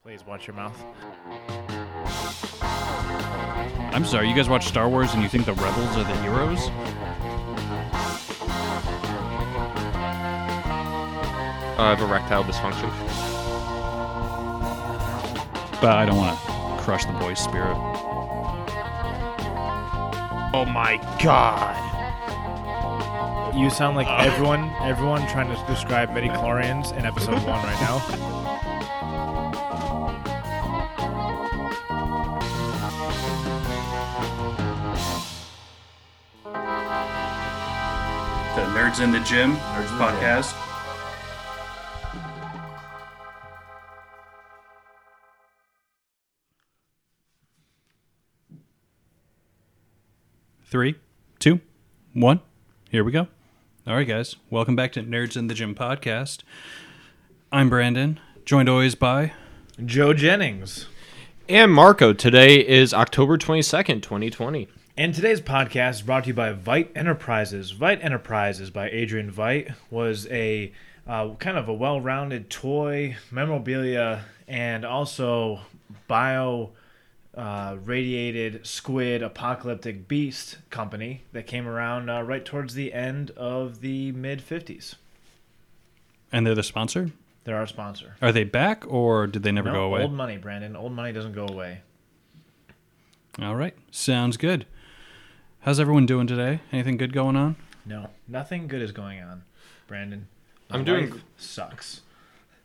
Please watch your mouth. I'm sorry, you guys watch Star Wars and you think the rebels are the heroes? I have uh, erectile dysfunction. But I don't want to crush the boy's spirit. Oh my god. You sound like everyone everyone trying to describe midichlorians in episode 1 right now. The Nerds in the Gym Nerds podcast. Three, two, one. Here we go. All right, guys. Welcome back to Nerds in the Gym podcast. I'm Brandon, joined always by. Joe Jennings. And Marco, today is October 22nd, 2020. And today's podcast is brought to you by Vite Enterprises. Vite Enterprises by Adrian Vite was a uh, kind of a well rounded toy, memorabilia, and also bio uh, radiated squid apocalyptic beast company that came around uh, right towards the end of the mid 50s. And they're the sponsor? They're our sponsor. Are they back or did they never No, go away? Old money, Brandon. Old money doesn't go away. All right. Sounds good. How's everyone doing today? Anything good going on? No, nothing good is going on, Brandon. I'm My doing- life sucks.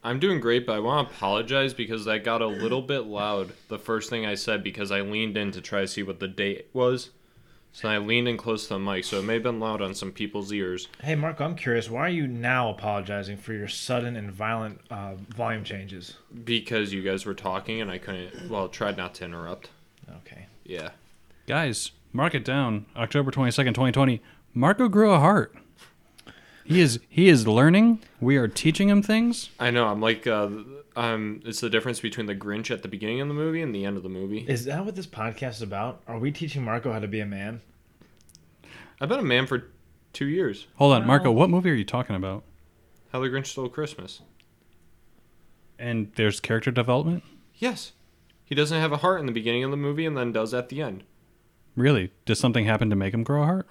I'm doing great, but I want to apologize because that got a little bit loud the first thing I said because I leaned in to try to see what the date was. So I leaned in close to the mic, so it may have been loud on some people's ears. Hey, Marco, I'm curious. Why are you now apologizing for your sudden and violent uh, volume changes? because you guys were talking and I couldn't. Well, tried not to interrupt. Okay. Yeah. Guys, mark it down. October 22nd, 2020. Marco grew a heart. He is he is learning. We are teaching him things. I know. I'm like, uh, um, it's the difference between the Grinch at the beginning of the movie and the end of the movie. Is that what this podcast is about? Are we teaching Marco how to be a man? I've been a man for two years. Hold on, Marco, what movie are you talking about? How the Grinch Stole Christmas. And there's character development? Yes. He doesn't have a heart in the beginning of the movie and then does at the end. Really? Does something happen to make him grow a heart?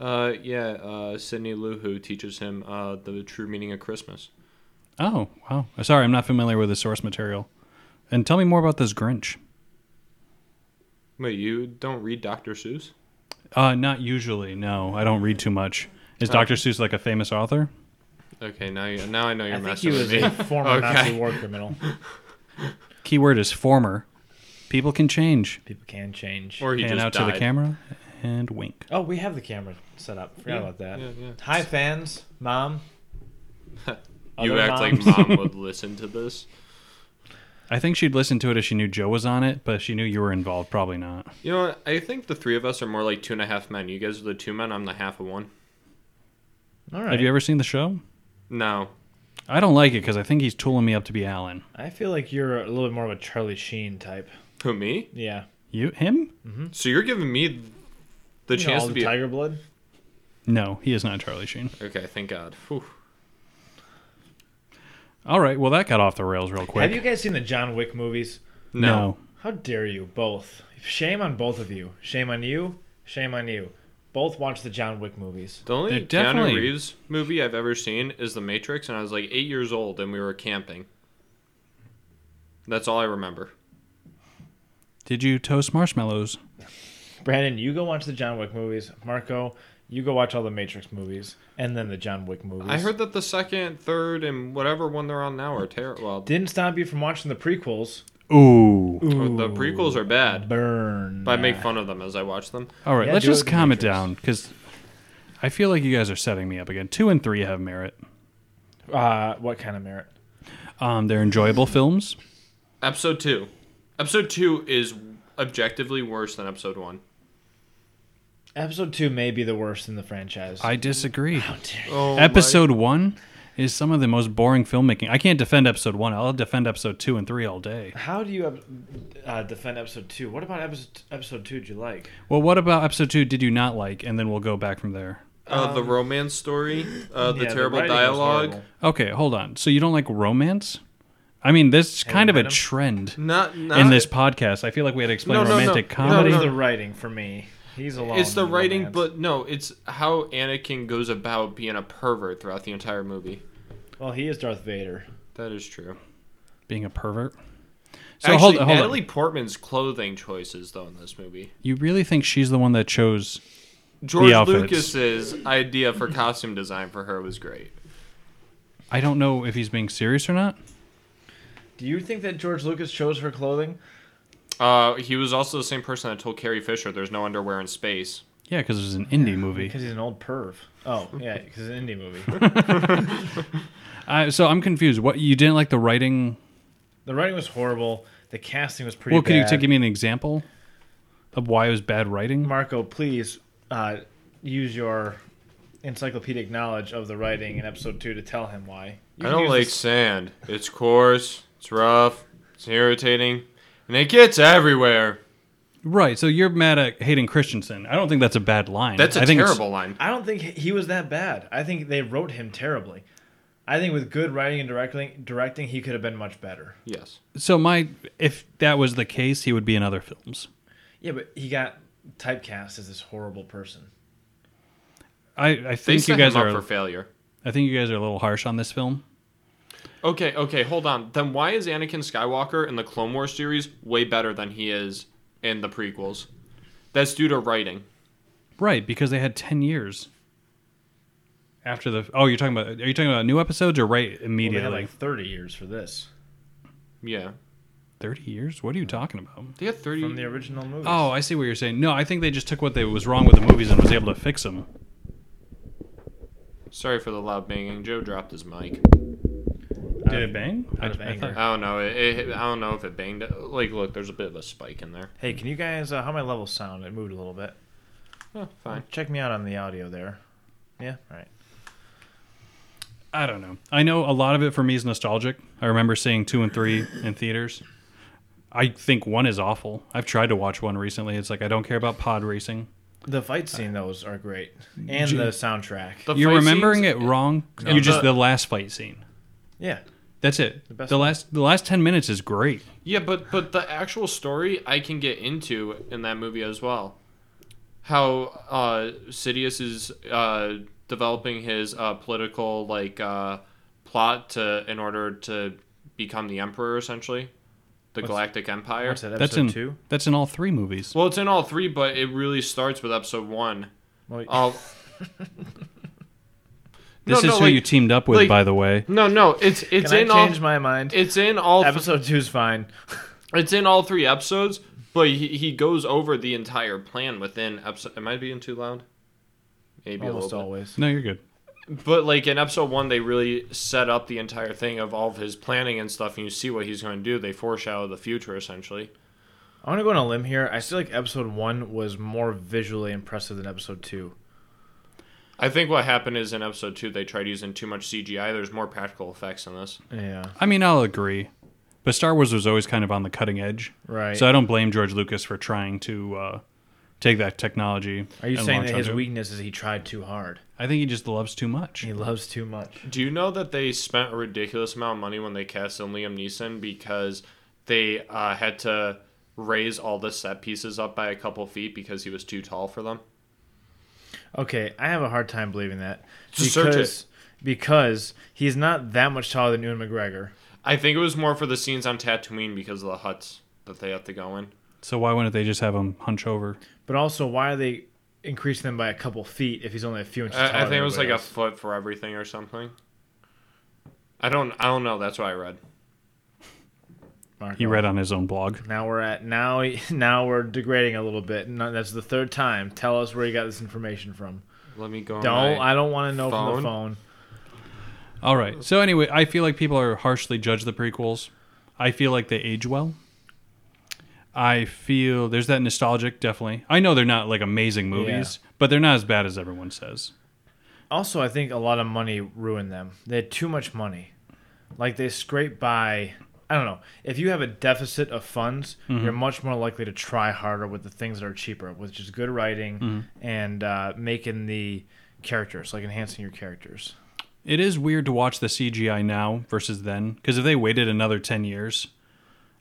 Uh, yeah, uh, Sidney Lou Who teaches him uh, the true meaning of Christmas. Oh, wow. Sorry, I'm not familiar with the source material. And tell me more about this Grinch. Wait, you don't read Dr. Seuss? Uh, not usually. No, I don't read too much. Is Dr. Seuss like a famous author? Okay, now you now I know you're I think he messing was with a me. former Okay. Nazi war criminal. Keyword is former. People can change. People can change. Or he Hand just out died. to the camera and wink. oh, we have the camera set up. Forgot about that. Yeah, yeah. Hi, fans. Mom. You Other act moms. like mom would listen to this. I think she'd listen to it if she knew Joe was on it, but if she knew you were involved, probably not. You know, what? I think the three of us are more like two and a half men. You guys are the two men. I'm the half of one. All right. Have you ever seen the show? No, I don't like it because I think he's tooling me up to be Alan. I feel like you're a little bit more of a Charlie Sheen type. who me? Yeah. You him? So you're giving me the Hmm? You know, chance all to the be. tiger blood. No, he is not Charlie Sheen. Okay, thank God. Whew. All right, well that got off the rails real quick. Have you guys seen the John Wick movies? no. How dare you both? Shame on both of you. Shame on you. Shame on you. Both watch the John Wick movies. The only They're Keanu definitely- Reeves movie I've ever seen is The Matrix, and I was like eight years old, and we were camping. That's all I remember. Did you toast marshmallows? Brandon, you go watch the John Wick movies. Marco, you go watch all the Matrix movies and then the John Wick movies. I heard that the second, third, and whatever one they're on now are terrible. Well, Didn't stop you from watching the prequels. Ooh. the prequels are bad, Burn. but I make fun of them as I watch them. All right, Yeah, let's do it just in the calm it Matrix. down because I feel like you guys are setting me up again. Two and three have merit. Uh, what kind of merit? Um, they're enjoyable films. Episode two. Episode two is objectively worse than episode one. Episode two may be the worst in the franchise. I disagree. Oh, episode one is some of the most boring filmmaking. I can't defend episode one. I'll defend episode two and three all day. How do you uh, defend episode two? What about episode episode two? Did you like? Well, what about episode two? Did you not like? And then we'll go back from there. uh, the romance story, uh, the Yeah, terrible writing was dialogue. horrible. Okay, hold on. So you don't like romance? I mean, this is kind of a madam. trend Not, not in this podcast. I feel like we had to explain No, no, no. romantic No, comedy. It's the writing for me. He's alone. It's the in writing, romance. but no, it's how Anakin goes about being a pervert throughout the entire movie. well, he is Darth Vader. That is true. Being a pervert. So Actually, hold, hold on. Natalie Portman's clothing choices, though, in this movie. You really think she's the one that chose? George outfits. Lucas's idea for costume design for her was great. I don't know if he's being serious or not. Do you think that George Lucas chose her clothing? Uh, he was also the same person that told Carrie Fisher there's no underwear in space. Yeah, because it was an indie movie. Because he's an old perv. Oh, yeah, because it's an indie movie. I, so I'm confused. What you didn't like the writing? the writing was horrible. The casting was pretty Well, could you bad. take, give me an example of why it was bad writing? Marco, please uh, use your encyclopedic knowledge of the writing in episode two to tell him why. You I can don't use like this- sand. It's coarse, it's rough, it's irritating, and it gets everywhere. Right. So you're mad at Hayden Christensen. I don't think that's a bad line. That's a I think it's- terrible line. I don't think he was that bad. I think they wrote him terribly. I think with good writing and directing, directing, he could have been much better. Yes. So my, if that was the case, he would be in other films. Yeah, but he got typecast as this horrible person. I, I They think set you guys him are. up for failure. I think you guys are a little harsh on this film. Okay, okay, hold on. Then why is Anakin Skywalker in the Clone Wars series way better than he is in the prequels? That's due to writing. Right, because they had ten years after the. Oh, you're talking about? Are you talking about new episodes or right Well, they immediately? had like 30 years for this Yeah. Thirty years? What are you talking about? They had 30. from the original movie. Oh, I see what you're saying. No, I think they just took what they was wrong with the movies and was able to fix them. Sorry for the loud banging. Joe dropped his mic. Did it bang? Out of anger. thought- I don't know. It, it, I don't know if it banged. Like, look, there's a bit of a spike in there. Hey, can you guys? Uh, how my levels sound? It moved a little bit. Oh, fine. Check me out on the audio there. Yeah, all right. I don't know. I know a lot of it for me is nostalgic. I remember seeing two and three in theaters. I think one is awful. I've tried to watch one recently. It's like I don't care about pod racing. The fight scene those are great, and the soundtrack. The You're fight remembering scenes- it wrong. No, you just the the- last fight scene. Yeah, That's it. The, best one. last the last ten minutes is great. Yeah, but but the actual story I can get into in that movie as well. How uh, Sidious is uh, developing his uh, political like uh, plot to in order to become the emperor, essentially, the Galactic Empire. what's that episode That's in two? that's in all three movies. Well, it's in all three, but it really starts with episode one. Wait, Uh, this no, is no, who like- you teamed up with, like- by the way. no, no, it's it's can I in all. change my mind? It's in all. th- episode two's fine. It's in all three episodes, but he, he goes over the entire plan within episode. Am I being too loud? Maybe Almost a little always. No, you're good. bit. But like in episode one, they really set up the entire thing of all of his planning and stuff, and you see what he's going to do. They foreshadow the future essentially. I want to go on a limb here. I feel like episode one was more visually impressive than episode two. I think what happened is in episode two they tried using too much CGI. There's more practical effects in this. Yeah, I mean, I'll agree. But Star Wars was always kind of on the cutting edge. right. So I don't blame George Lucas for trying to uh, take that technology. Are you and saying launch that his onto it. weakness is he tried too hard? I think he just loves too much. He loves too much. Do you know that they spent a ridiculous amount of money when they cast in Liam Neeson because they uh, had to raise all the set pieces up by a couple feet because he was too tall for them? Okay, I have a hard time believing that Just search it. because he's not that much taller than Ewan McGregor. I think it was more for the scenes on Tatooine because of the huts that they have to go in. So why wouldn't they just have him hunch over? But also, why are they increasing them by a couple feet if he's only a few inches taller? I, I than think it was like everybody a else? foot for everything or something. I don't. I don't know. That's what I read. Marco. He read on his own blog. Now we're at now. Now we're degrading a little bit. No, that's the third time. Tell us where you got this information from. Let me go. on Don't. my- I don't want to know from the phone? phone. All right. So anyway, I feel like people are harshly judge the prequels. I feel like they age well. I feel there's that nostalgic definitely. I know they're not like amazing movies, but they're not as bad as everyone says. Also, I think a lot of money ruined them. They had too much money. Like they scrape by. I don't know. If you have a deficit of funds, you're much more likely to try harder with the things that are cheaper, which is Mm-hmm. good writing and uh, making the characters, like enhancing your characters. It is weird to watch the CGI now versus then, because if they waited another 10 years,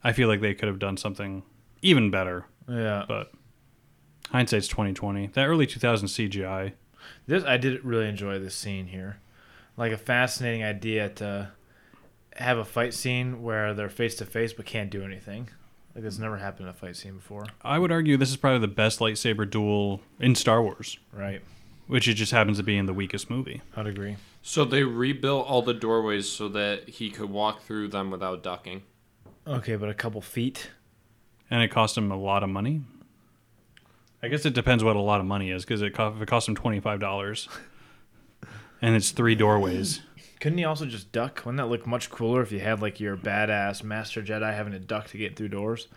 I feel like they could have done something even better. Yeah. But hindsight's 2020. That early 2000 CGI. This I did really enjoy this scene here. Like a fascinating idea to have a fight scene where they're face to face but can't do anything. Like this never happened in a fight scene before, I would argue this is probably the best lightsaber duel in Star Wars, right? which it just happens to be in the weakest movie. I'd agree. So they rebuilt all the doorways so that he could walk through them without ducking. Okay, but a couple feet. And it cost him a lot of money. I guess it depends what a lot of money is, because it co- if it cost him $25 and it's three doorways. Couldn't he also just duck? Wouldn't that look much cooler if you had like your badass master Jedi having to duck to get through doors?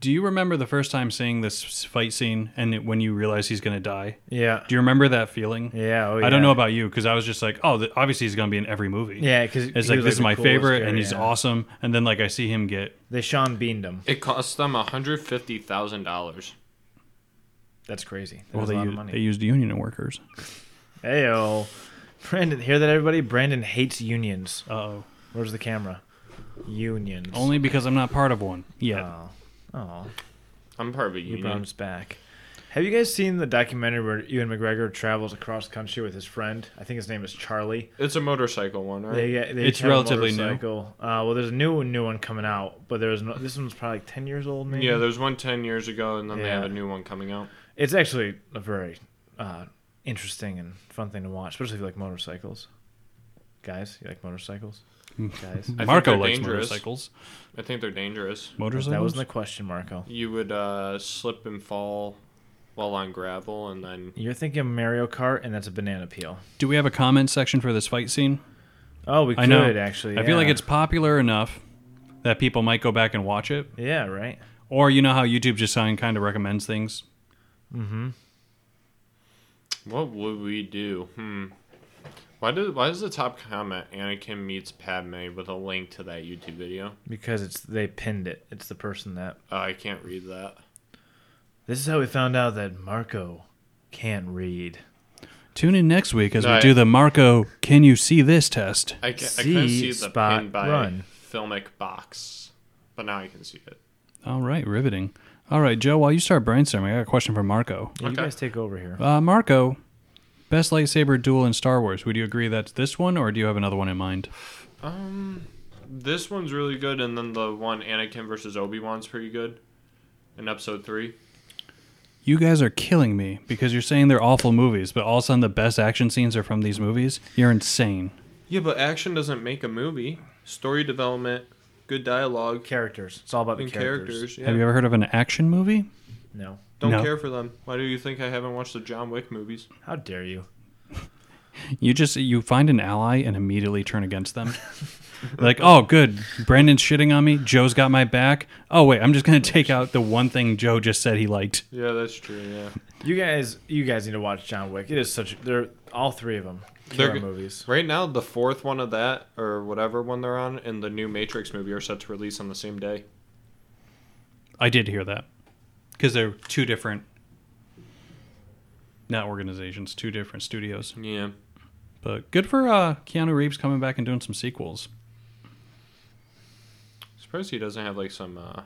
Do you remember the first time seeing this s- fight scene and it, when you realize he's going to die? Yeah. Do you remember that feeling? Yeah. Oh, yeah. I don't know about you because I was just like, oh, th- obviously he's going to be in every movie. Yeah, because It's like, this is my favorite and he's awesome. And then, like, I see him get. They Sean Beaned him. It cost them hundred fifty thousand dollars. That's crazy. That Well, was they, a lot of u- money. they used union workers. Heyo. Brandon, hear that everybody? Brandon hates unions. Uh oh. Where's the camera? Unions. Only because I'm not part of one Uh, yet. Oh. Oh. I'm part of a You union. brought him back. Have you guys seen the documentary where Ewan McGregor travels across country with his friend? I think his name is Charlie. It's a motorcycle one, right? They, they It's have a relatively new. motorcycle. Uh, well, there's a new new one coming out, but there's no, this one's probably like ten years old, maybe. yeah, there's one 10 years ago, and then they have Yeah. a new one coming out. it's actually a very uh, interesting and fun thing to watch, especially if you like motorcycles. Guys, you like motorcycles? Hmm. Guys, I Marco think they're likes dangerous. motorcycles. I think they're dangerous. Motorcycles? that wasn't the question, Marco. You would uh, slip and fall while on gravel, and then You're thinking Mario Kart, and that's a banana peel. Do we have a comment section for this fight scene? Oh, we could I know. actually. I feel like yeah. it's popular enough that people might go back and watch it. yeah, right. Or you know how YouTube just kind of recommends things. what would we do? Hmm. Why does why does the top comment Anakin meets Padme with a link to that YouTube video? Because it's they pinned it. It's the person that. Oh, I can't read that. This is how we found out that Marco can't read. Tune in next week as No, we I- do the Marco Can You See This test. I can, I couldn't See see the spot pin by run. filmic box, but now I can see it. All right, riveting. All right, Joe, while you start brainstorming, I got a question for Marco. Yeah, You Okay. guys take over here. Uh, Marco, best lightsaber duel in Star Wars. Would you agree that's this one, or do you have another one in mind? Um, this one's really good, and then the one Anakin versus Obi Wan's pretty good in Episode Three. You guys are killing me because you're saying they're awful movies, but all of a sudden the best action scenes are from these movies. You're insane. Yeah, but action doesn't make a movie. Story development, good dialogue, Characters. It's all about the and characters. characters. yeah. Have you ever heard of an action movie? No. Don't No. care for them. Why do you think I haven't watched the John Wick movies? How dare you? You just you find an ally and immediately turn against them. like, oh, good, Brandon's shitting on me. Joe's got my back. Oh wait, I'm just gonna take out the one thing Joe just said he liked. Yeah, that's true. Yeah, You guys, you guys need to watch John Wick. It is such. They're all three of them. They're They're good. movies. right now the fourth one of that or whatever one they're on and the new Matrix movie are set to release on the same day. I did hear that because they're two different, not organizations, two different studios. Yeah, But good for uh, Keanu Reeves coming back and doing some sequels. surprised he doesn't have like some uh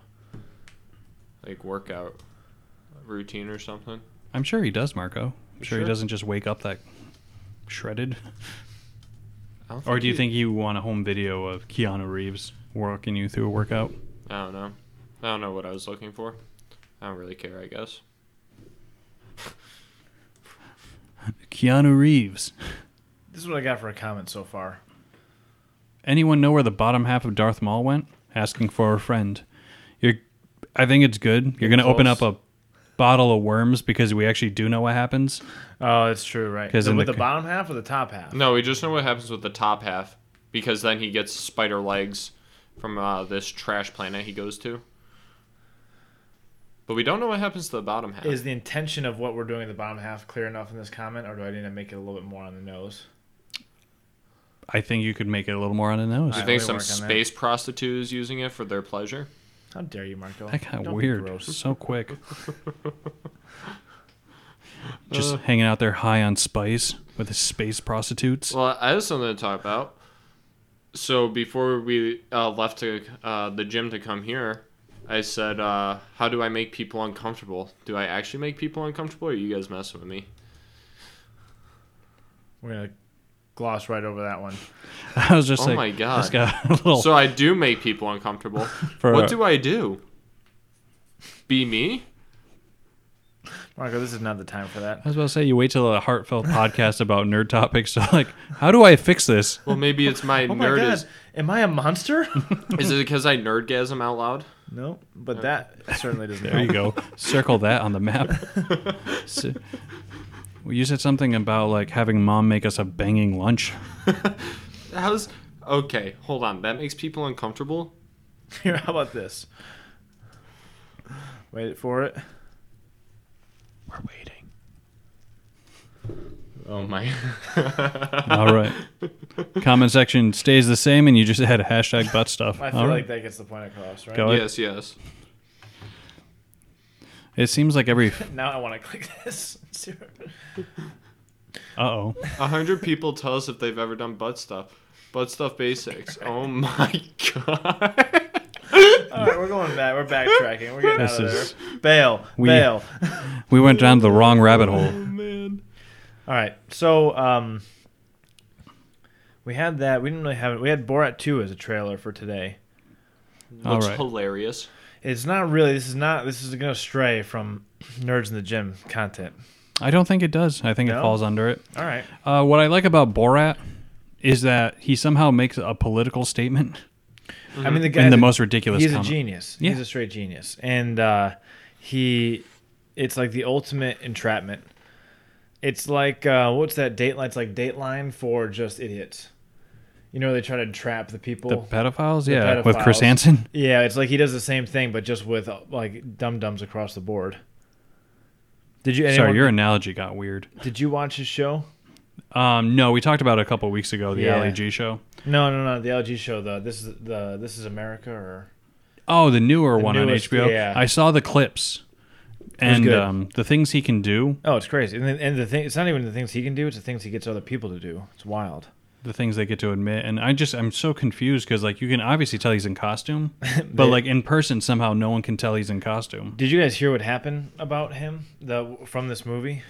like workout routine or something. I'm sure he does, Marco. I'm You sure, he sure? doesn't just wake up that shredded. I don't Or do you he- think you want a home video of Keanu Reeves walking you through a workout? I don't know. I don't know what I was looking for. I don't really care. I guess. Keanu Reeves. This is what I got for a comment so far. Anyone know where the bottom half of Darth Maul went? Asking for a friend. You're, I think it's good. You're going to open up a bottle of worms because we actually do know what happens. Oh, that's true, right? 'Cause So in with the the, co- bottom half or the top half? No, we just know what happens with the top half because then he gets spider legs from uh, this trash planet he goes to. But we don't know what happens to the bottom half. Is the intention of what we're doing at the bottom half clear enough in this comment, or do I need to make it a little bit more on the nose? I think you could make it a little more on the nose. Do you Alright, think we some work on that. space prostitute is using it for their pleasure? How dare you, Marco? That got Don't be weird gross. so quick. Just hanging out there high on spice. with his space prostitutes. Well, I have something to talk about. So before we uh, left to uh, the gym to come here, I said, uh, "How do I make people uncomfortable? Do I actually make people uncomfortable, or are you guys messing with me?" We're gonna gloss right over that one. I was just Oh like, my God. this guy a little. So I do make people uncomfortable. For- what do I do? Be me? Marco, this is not the time for that. I was about to say, you wait till a heartfelt podcast about nerd topics. So like, how do I fix this? Well, maybe it's my Oh my nerd. god, Is, am I a monster? is it because I nerdgasm out loud? no, but that certainly doesn't. There you help. go. Circle that on the map. S- well, you said something about like having mom make us a banging lunch. How's okay? Hold on. That makes people uncomfortable. Here, how about this? Wait for it. We're waiting. Oh my. All right. Comment section stays the same, and you just add hashtag butt stuff. I feel All like right. that gets the point across, right? Go ahead. yes, yes. It seems like every. Now I want to click this. Zero. Uh oh. A hundred people tell us if they've ever done butt stuff. Butt stuff basics. Oh my god. All right, we're going back. We're backtracking. We're getting out of This is- there. Bail, We- bail. We went down the wrong rabbit hole. Man. All right, so um, we had that. We didn't really have it. We had Borat Two as a trailer for today. All Looks right. hilarious. It's not really. This is not. This is gonna stray from Nerds in the Gym content. I don't think it does. I think it No? falls under it. All right. Uh, what I like about Borat is that he somehow makes a political statement I mean, the guy. in Mm-hmm. that- the most ridiculous. He's comment. a genius. Yeah. He's a straight genius, and uh, he, it's like the ultimate entrapment. It's like uh, what's that Dateline? It's like Dateline for just idiots. You know, they try to trap Oh, the people. The pedophiles, yeah, with Chris pedophiles. Hansen. Yeah, it's like he does the same thing, but just with uh, like dum dums across the board. Did you? Anyone, Sorry, your analogy got weird. Did you watch his show? Um, no, we talked about it a couple weeks ago the Yeah. Ali G show. No, no, no. The LG show. The this is the this is America or Oh, the newer one newest, on HBO. yeah. I saw the clips, was and good. um, the things he can do, oh, it's crazy. And, then- and the thing, it's not even the things he can do; it's the things he gets other people to do. It's wild. the things they get to admit, and I just I'm so confused because like you can obviously tell he's in costume, but like in person somehow no one can tell he's in costume. Did you guys hear what happened about him the from this movie?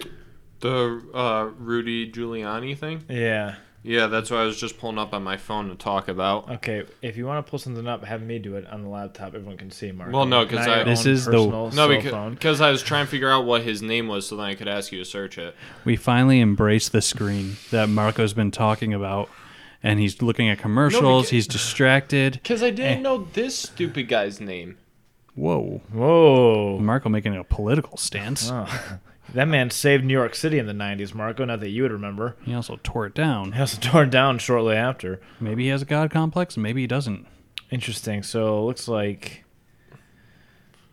The uh, Rudy Giuliani thing. Yeah. Yeah, that's what I was just pulling up on my phone to talk about. Okay. If you want to pull something up, have me do it on the laptop. Everyone can see Mark. Well, no, 'cause I- This is the- No, phone. because I was trying to figure out what his name was so then I could ask you to search it. We finally embrace the screen that Marco's been talking about, and he's looking at commercials. he's distracted. Because I didn't know this stupid guy's name. Whoa, Whoa. Marco making a political stance. Oh. That man saved New York City in the '90s, Marco. Not that you would remember. He also tore it down. He also tore it down shortly after. Maybe he has a god complex. Maybe he doesn't. Interesting. So it looks like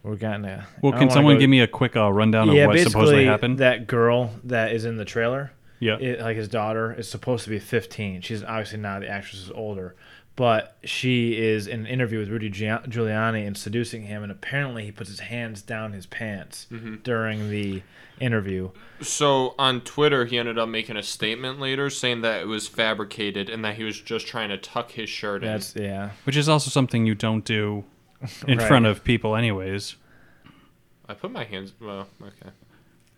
we're getting a. Well, can someone give me a quick uh, rundown yeah, of what basically supposedly happened? that girl that is in the trailer? yeah. it, like his daughter is supposed to be 15 she's obviously not the actress is older but she is in an interview with rudy Gia- giuliani and seducing him and apparently he puts his hands down his pants during the interview So on Twitter, he ended up making a statement later saying that it was fabricated and that he was just trying to tuck his shirt in. that's yeah Which is also something you don't do in Right. front of people, anyways. I put my hands. Well, okay.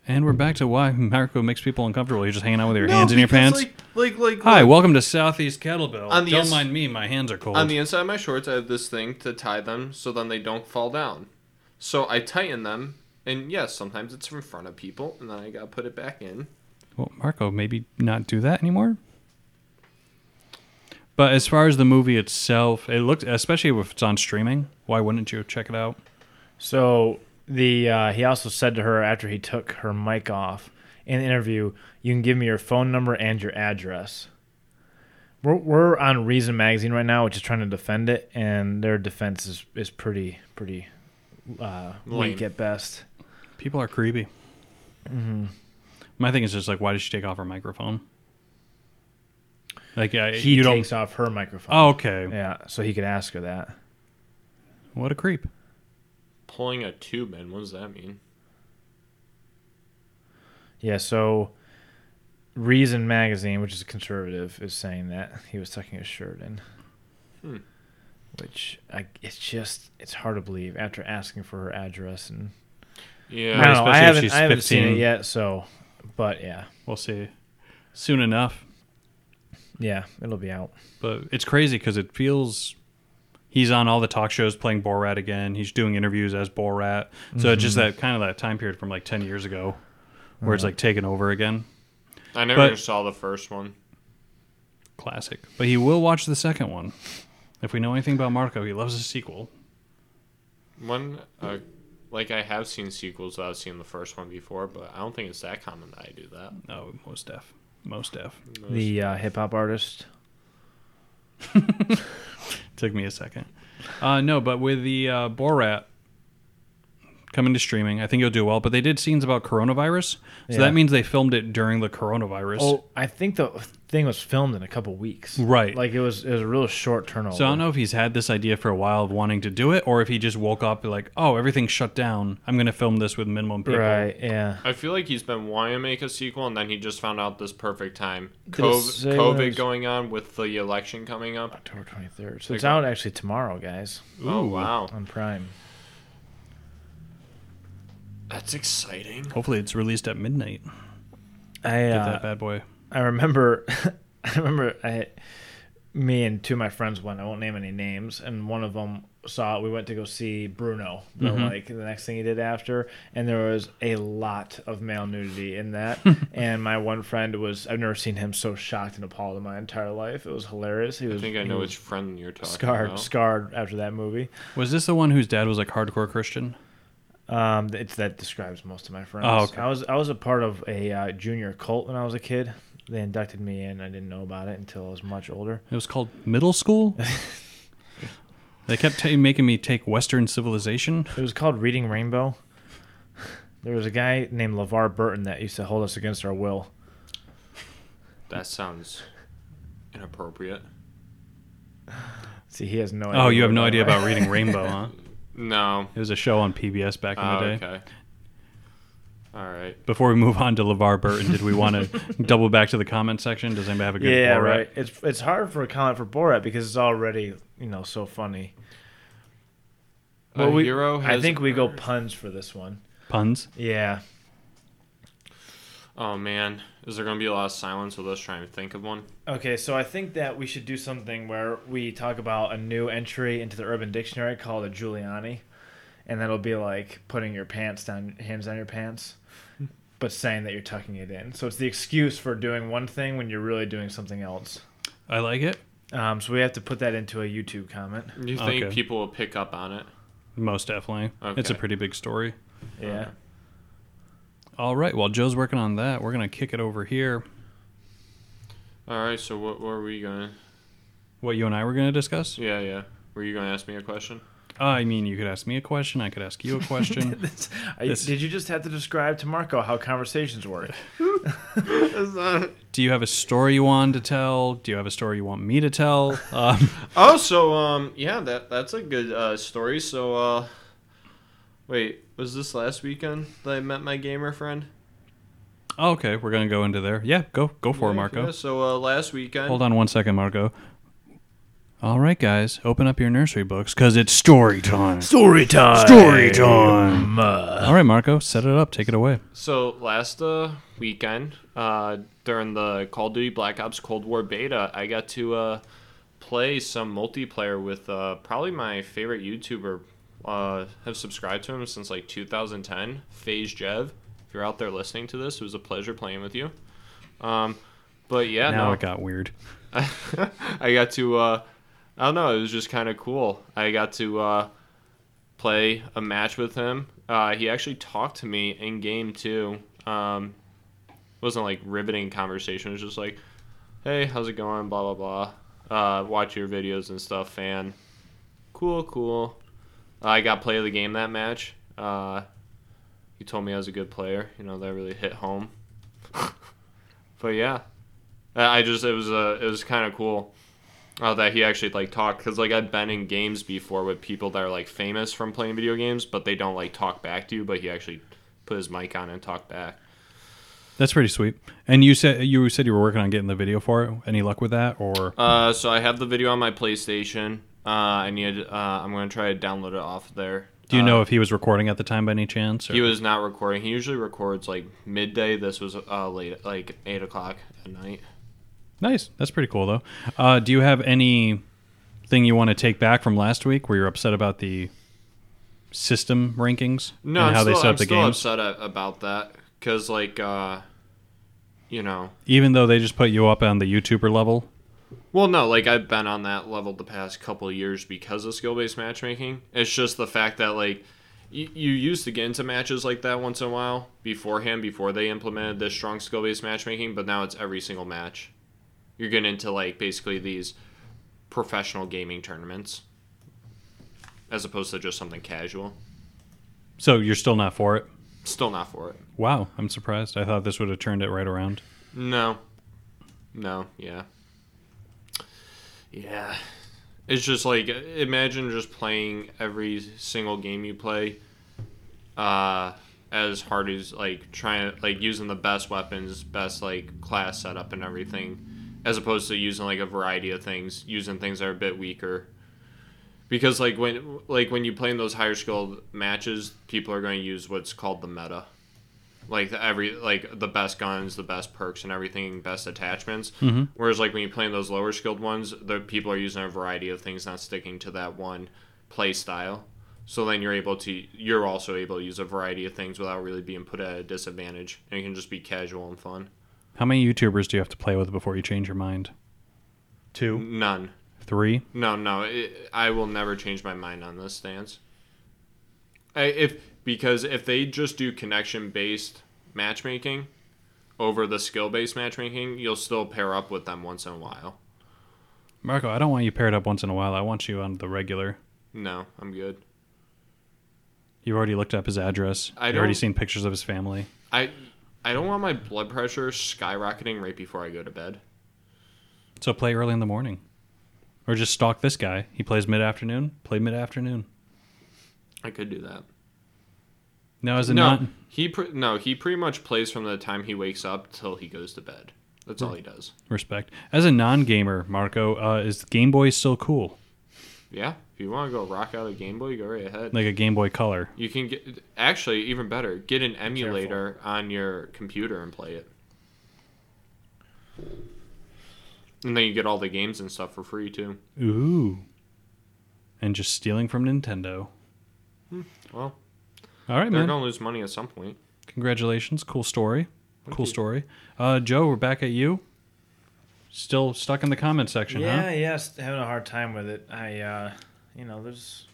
And we're back to why Marco makes people uncomfortable. You're just hanging out with your hands in your pants. Like, like, like, Hi, welcome to Southeast Kettlebell. On the don't ins- mind me, my hands are cold. on the inside of my shorts, I have this thing to tie them so then they don't fall down. So I tighten them, and yes, sometimes it's in front of people, and then I gotta put it back in. well, Marco, maybe not do that anymore. But as far as the movie itself, it looks, especially if it's on streaming, why wouldn't you check it out? so the uh, he also said to her after he took her mic off in the interview you can give me your phone number and your address we're, we're on reason magazine right now which is trying to defend it and their defense is, is pretty pretty uh, weak Lame. at best People are creepy. Mm-hmm. My thing is just like, why did she take off her microphone? Like, yeah, he you takes don't. off her microphone. Oh, okay. Yeah, so he could ask her that. What a creep. Pulling a tube in, what does that mean? Yeah, so Reason magazine, which is conservative, is saying that he was tucking his shirt in. Hmm. Which I, it's just it's hard to believe after asking for her address and Yeah. I don't know, I especially if haven't she's I haven't seen it 15. yet so but yeah We'll see soon enough. yeah it'll be out But it's crazy because it feels he's on all the talk shows playing Borat again. He's doing interviews as Borat. So it's Mm-hmm. just that kind of that time period from like ten years ago where it's like taken over again. I never But- saw the first one. Classic. But he will watch the second one. If we know anything about Marco, he loves a sequel. One, uh, like I have seen sequels. I've seen the first one before, but I don't think it's that common that I do that. Oh, most def. Most def. the uh, hip hop artist Took me a second. Uh, no, but with the uh, Borat coming to streaming, I think it'll do well. But they did scenes about coronavirus, so Yeah. that means they filmed it during the coronavirus. oh I think the thing was filmed in a couple weeks Right. like it was it was a real short turnover so I don't know if he's had this idea for a while of wanting to do it, or if he just woke up and like, oh, everything's shut down. I'm gonna film this with minimum people. right yeah I feel like he's been wanting to make a sequel, and then he just found out this perfect time. it COVID, say when it COVID was- going on with the election coming up. October twenty third so it's out actually tomorrow guys Oh Ooh. wow, on Prime that's exciting. Hopefully, it's released at midnight. I Get uh, that bad boy. I remember, I remember, I, me and two of my friends went. I won't name any names, and one of them saw it. We went to go see Bruno, the, Mm-hmm. like the next thing he did after, and there was a lot of male nudity in that. and my one friend was, I've never seen him so shocked and appalled in my entire life. It was hilarious. He was I think I he know was which friend you're talking scarred, about. scarred after that movie. Was this the one whose dad was like hardcore Christian? Um, it's that describes most of my friends. Oh, okay. I was I was a part of a uh, junior cult when I was a kid. They inducted me in. I didn't know about it until I was much older. It was called middle school. they kept ta making me take Western civilization. It was called Reading Rainbow. There was a guy named LeVar Burton that used to hold us against our will. That sounds inappropriate. See, he has no idea. Oh, you have what no we're idea talking about reading Rainbow, huh? No. It was a show on PBS back in Oh, the day. okay. All right. Before we move on to LeVar Burton, did we want to double back to the comment section? Does anybody have a good Yeah, Borat? right. It's it's hard for a comment for Borat because it's already you know so funny. A hero I has think we go emerged. puns for this one. Puns? Yeah, Oh man, is there gonna be a lot of silence with us trying to think of one? Okay, so I think that we should do something where we talk about a new entry into the Urban Dictionary called a Giuliani, and that'll be like putting your pants down, hands down your pants, but saying that you're tucking it in. So it's the excuse for doing one thing when you're really doing something else. I like it. Um, so we have to put that into a YouTube comment. You think Okay. people will pick up on it? Most definitely. It's a Okay. pretty big story. Yeah. All right. While Joe's working on that, we're going to kick it over here. All right. So what were we gonna? What you and I were going to discuss? Yeah, yeah. Were you gonna ask me a question? I mean, you could ask me a question. I could ask you a question. That's- I- This- did you just have to describe to Marco how conversations work? Oh, Do you have a story you want to tell? Do you have a story you want me to tell? Um, Oh, so um, yeah, that that's a good uh, story. So uh, wait, was this last weekend that I met my gamer friend? Oh, okay, we're gonna go into there. Yeah, go go for it, Yeah, Marco. yeah, so uh, last weekend. Hold on one second, Marco. All right, guys, open up your nursery books because it's story time. Story time. Story Um, time. uh, All right, Marco, set it up. Take it away. So last uh, weekend, uh, during the Call of Duty Black Ops Cold War beta, I got to uh, play some multiplayer with uh, probably my favorite YouTuber. Uh, have subscribed to him since like 2010, Phase Jev. If you're out there listening to this, it was a pleasure playing with you. Um, but yeah, now no, it got weird. I got to uh, I don't know, it was just kind of cool. I got to uh, play a match with him. Uh, he actually talked to me in game too. Um, wasn't like riveting conversation. It was just like, "Hey, how's it going?" Blah blah blah. Uh, watch your videos and stuff, fan. Cool, cool. Uh, I got play of the game that match. Uh, he told me I was a good player. You know that really hit home. but yeah, I I just it was uh, it was kind of cool uh, that he actually like talked because like I've been in games before with people that are like famous from playing video games, but they don't like talk back to you. But he actually put his mic on and talked back. That's pretty sweet. And you said you said you were working on getting the video for it. Any luck with that? Or Uh, so I have the video on my PlayStation. Uh, I need. Uh, I'm gonna try to download it off there. do you Uh, know if he was recording at the time by any chance? Or? He was not recording. He usually records like midday. This was uh, late, like eight o'clock at night. nice. That's pretty cool though. Uh, do you have any thing you want to take back from last week where you're upset about the system rankings No, and I'm how still, they set up I'm the still games? upset a- about that because, like, uh, you know, Even though they just put you up on the YouTuber level. well, no, like I've been on that level the past couple of years because of skill-based matchmaking. It's just the fact that like you, you used to get into matches like that once in a while beforehand before they implemented this strong skill-based matchmaking, but now it's every single match. You're getting into like basically these professional gaming tournaments as opposed to just something casual. So you're still not for it. Still not for it. Wow, I'm surprised. I thought this would have turned it right around. No. No, yeah. Yeah. It's just like imagine just playing every single game you play uh as hard as like trying like using the best weapons, best like class setup and everything as opposed to using like a variety of things, using things that are a bit weaker. Because like when like when you play in those higher skill matches, people are going to use what's called the meta like the every like the best guns, the best perks, and everything, best attachments. Whereas like when you play in those lower skilled ones, the people are using a variety of things, not sticking to that one play style. So then you're able to you're also able to use a variety of things without really being put at a disadvantage, and it can just be casual and fun. How many YouTubers do you have to play with before you change your mind? Two, None, three. no, no, it, I will never change my mind on this stance. I, if because if they just do connection based matchmaking over the skill based matchmaking, you'll still pair up with them once in a while. Marco, I don't want you paired up once in a while. I want you on the regular. No, I'm good. You've already looked up his address. I You've already don't- seen pictures of his family. I I don't want my blood pressure skyrocketing right before I go to bed. So play early in the morning. Or just stalk this guy. He plays mid afternoon. Play mid afternoon. I could do that. No, is it No, not? he pre- no he pretty much plays from the time he wakes up till he goes to bed. That's all he does. Respect. As a non gamer, Marco, uh, is Game Boy still cool? Yeah, if you want to go rock out a Game Boy, go right ahead. Like a Game Boy Color? You can get actually even better. Get an emulator on your computer and play it. And then you get all the games and stuff for free too. Ooh. And just stealing from Nintendo. Hmm, well, all right, They're man. gonna lose money at some point. Congratulations. Cool story. cool you. story. Uh, Joe, we're back at you. Still stuck in the comment section, Yeah, huh? yeah, st- having a hard time with it. I, uh, you know, there's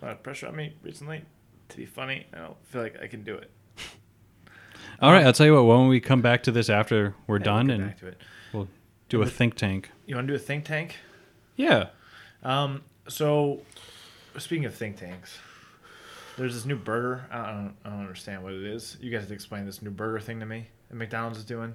a lot of pressure on me recently to be funny. I don't feel like I can do it. All right, I'll tell you what. Why don't we come back to this after we're done Get and back to it. do a think tank? You want to do a think tank? Yeah. Um, so speaking of think tanks, there's this new burger. I don't, I don't understand what it is. You guys have to explain this new burger thing to me. That McDonald's is doing.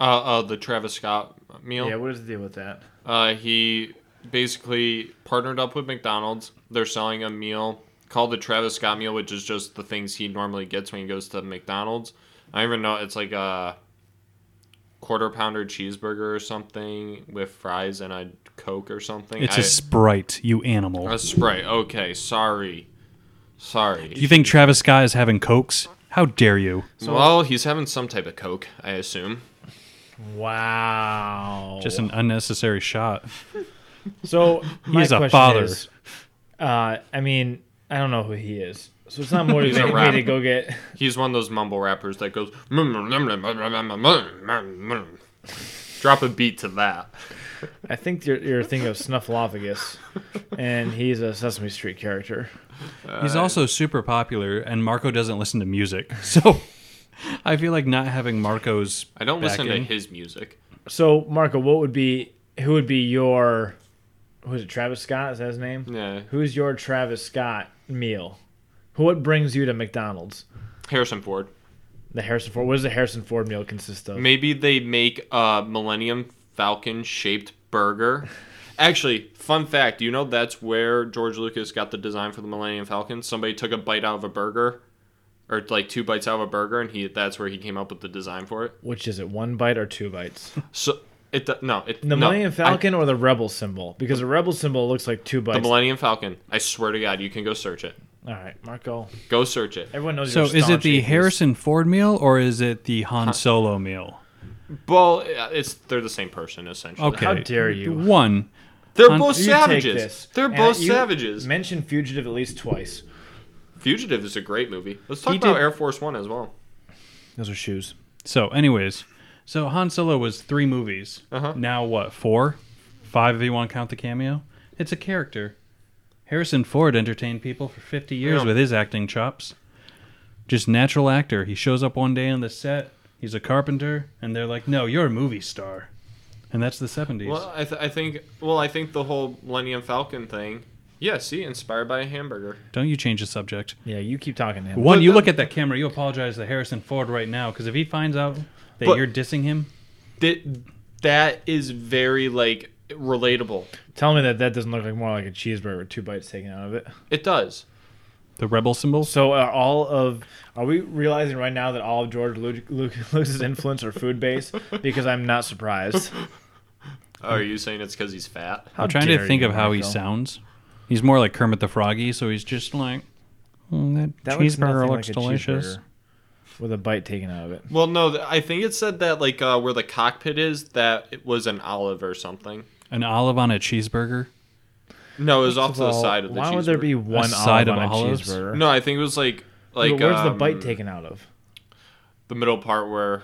Uh, uh, the Travis Scott meal. Yeah, what is the deal with that? Uh, he basically partnered up with McDonald's. They're selling a meal called the Travis Scott meal, which is just the things he normally gets when he goes to McDonald's. I don't even know. It's like a quarter pounder cheeseburger or something with fries and a Coke or something. It's I- a sprite, you animal. a Sprite. Okay, sorry. Sorry. You think Travis Scott is having cokes? How dare you? well, he's having some type of Coke, I assume. Wow. Just an unnecessary shot. So my He's a question father. is, uh, I mean, I don't know who he is, so it's not motivating me rapper. to go get. He's one of those mumble rappers that goes. "Mm, Drop a beat to that. I think you're, you're thinking of Snuffleupagus, and he's a Sesame Street character. He's also super popular, and Marco doesn't listen to music. So I feel like not having Marco's. I don't back listen in- to his music. So Marco, what would be who would be your who is it? Travis Scott is that his name? Yeah. Who's your Travis Scott meal? Who what brings you to McDonald's? Harrison Ford. The Harrison Ford. What does the Harrison Ford meal consist of? Maybe they make a Millennium Falcon shaped burger. Actually, fun fact, do you know that's where George Lucas got the design for the Millennium Falcon? Somebody took a bite out of a burger, or like two bites out of a burger, and he that's where he came up with the design for it. Which is it, one bite or two bites? So it do- no it The no, Millennium I- Falcon or the Rebel symbol? Because the Rebel symbol looks like two bites. the Millennium Falcon. I swear to God, you can go search it. All right, Marco. Go search it. Everyone knows. So you're a is it staunch the atheist. Harrison Ford meal or is it the Han Solo meal? Well, it's they're the same person essentially. Okay. How dare you. One. They're Han- both You Take savages. this. They're And both you savages. Mention fugitive at least twice. Fugitive is a great movie. Let's talk He about did- Air Force One as well. Those are shoes. So, anyways, so Han Solo was three movies. Uh-huh. Now what? Four, five if you want to count the cameo. It's a character. Harrison Ford entertained people for 50 years Yeah. with his acting chops. Just natural actor. He shows up one day on the set. He's a carpenter, and they're like, "No, you're a movie star," and that's the 70s. Well, I, th- I think well, I think the whole Millennium Falcon thing. Yeah, see, inspired by a hamburger. Don't you change the subject. Yeah, you keep talking to him. One, But you the- look at that camera. You apologize to Harrison Ford right now because if he finds out that But- you're dissing him, That that is very like relatable. Tell me that that doesn't look like more like a cheeseburger with two bites taken out of it. It does. the rebel symbols. So are all of are we realizing right now that all of George Lu- Lu- Lucas's influence are food based? Because I'm not surprised. Oh, are you saying it's because he's fat? How I'm trying dare to think you, of how he Marco. sounds. He's more like Kermit the Froggy, so he's just like "Mm, that, That looks cheeseburger nothing looks, like a delicious. cheeseburger with a bite taken out of it. Well, no, th- I think it said that like uh, where the cockpit is, that it was an olive or something. An olive on a cheeseburger. No, it was off to the Well, side of the. why would there be cheeseburger. one side olive of on olives? a cheeseburger? No, I think it was like like but where's the um, bite taken out of? The middle part where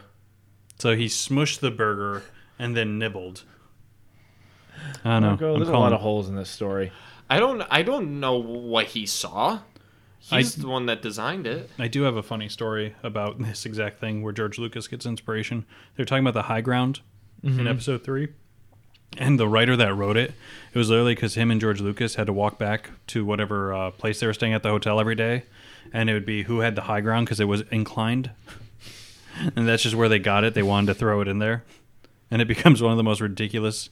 So he smushed the burger and then nibbled. I don't know. Marco, I'm there's a calling- lot of holes in this story. I don't I don't know what he saw. I- He's the one that designed it. I do have a funny story about this exact thing where George Lucas gets inspiration. They're talking about the high ground in episode three. And the writer that wrote it, it was literally because him and George Lucas had to walk back to whatever uh, place they were staying at the hotel every day. And it would be who had the high ground because it was inclined. and that's just where they got it. They wanted to throw it in there. And it becomes one of the most ridiculous,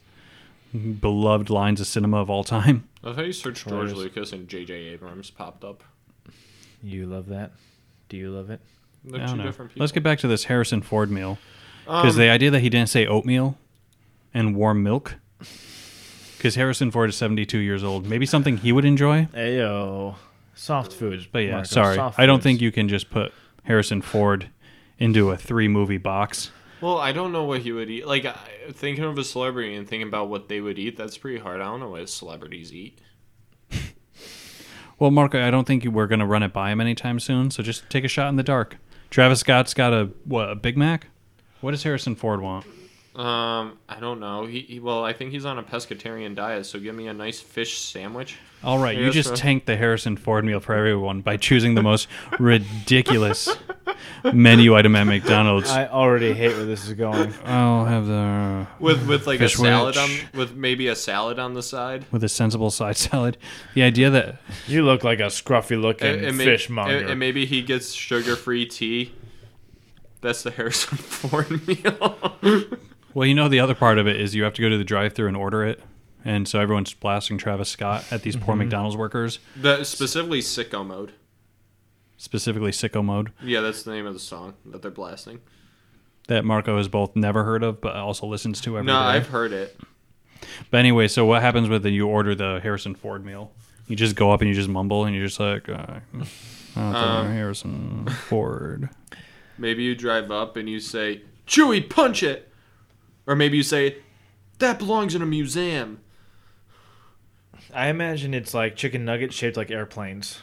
beloved lines of cinema of all time. I thought you searched George Hilarious. Lucas and J.J. Abrams popped up. You love that? Do you love it? They're I two don't know. different people. Um, Let's get back to this Harrison Ford meal. Because the idea that he didn't say oatmeal and warm milk, because Harrison Ford is 72 years old, maybe something he would enjoy. Ayo, soft foods. But yeah, Marco, sorry. soft I don't foods. think you can just put Harrison Ford into a three movie box. Well, I don't know what he would eat. Like I, thinking of a celebrity and thinking about what they would eat, that's pretty hard. I don't know what celebrities eat. Well, Marco, I don't think we're going to run it by him anytime soon, so just take a shot in the dark. Travis Scott's got a, what, a Big Mac? What does Harrison Ford want? Um, I don't know. He, he well, I think he's on a pescatarian diet, so give me a nice fish sandwich. All right, you Yes, just sir. tanked the Harrison Ford meal for everyone by choosing the most ridiculous menu item at McDonald's. I already hate where this is going. I'll have the With with like Fish a salad sandwich. on with maybe a salad on the side. with a sensible side salad. The idea that You look like a scruffy looking And- and may- fishmonger. and- and maybe he gets sugar-free tea. That's the Harrison Ford meal. well, you know, the other part of it is you have to go to the drive-through and order it, and so everyone's blasting Travis Scott at these Mm-hmm. poor McDonald's workers, The specifically sicko mode. specifically Sicko Mode, Yeah, that's the name of the song that they're blasting. that Marco has both never heard of but also listens to every day. No, I've heard it. But anyway, so what happens with the you order the Harrison Ford meal? You just go up and you just mumble and you're just like, uh, uh, Harrison Ford. Maybe you drive up and you say, "Chewy, punch it," or maybe you say, "That belongs in a museum." I imagine it's like chicken nuggets shaped like airplanes.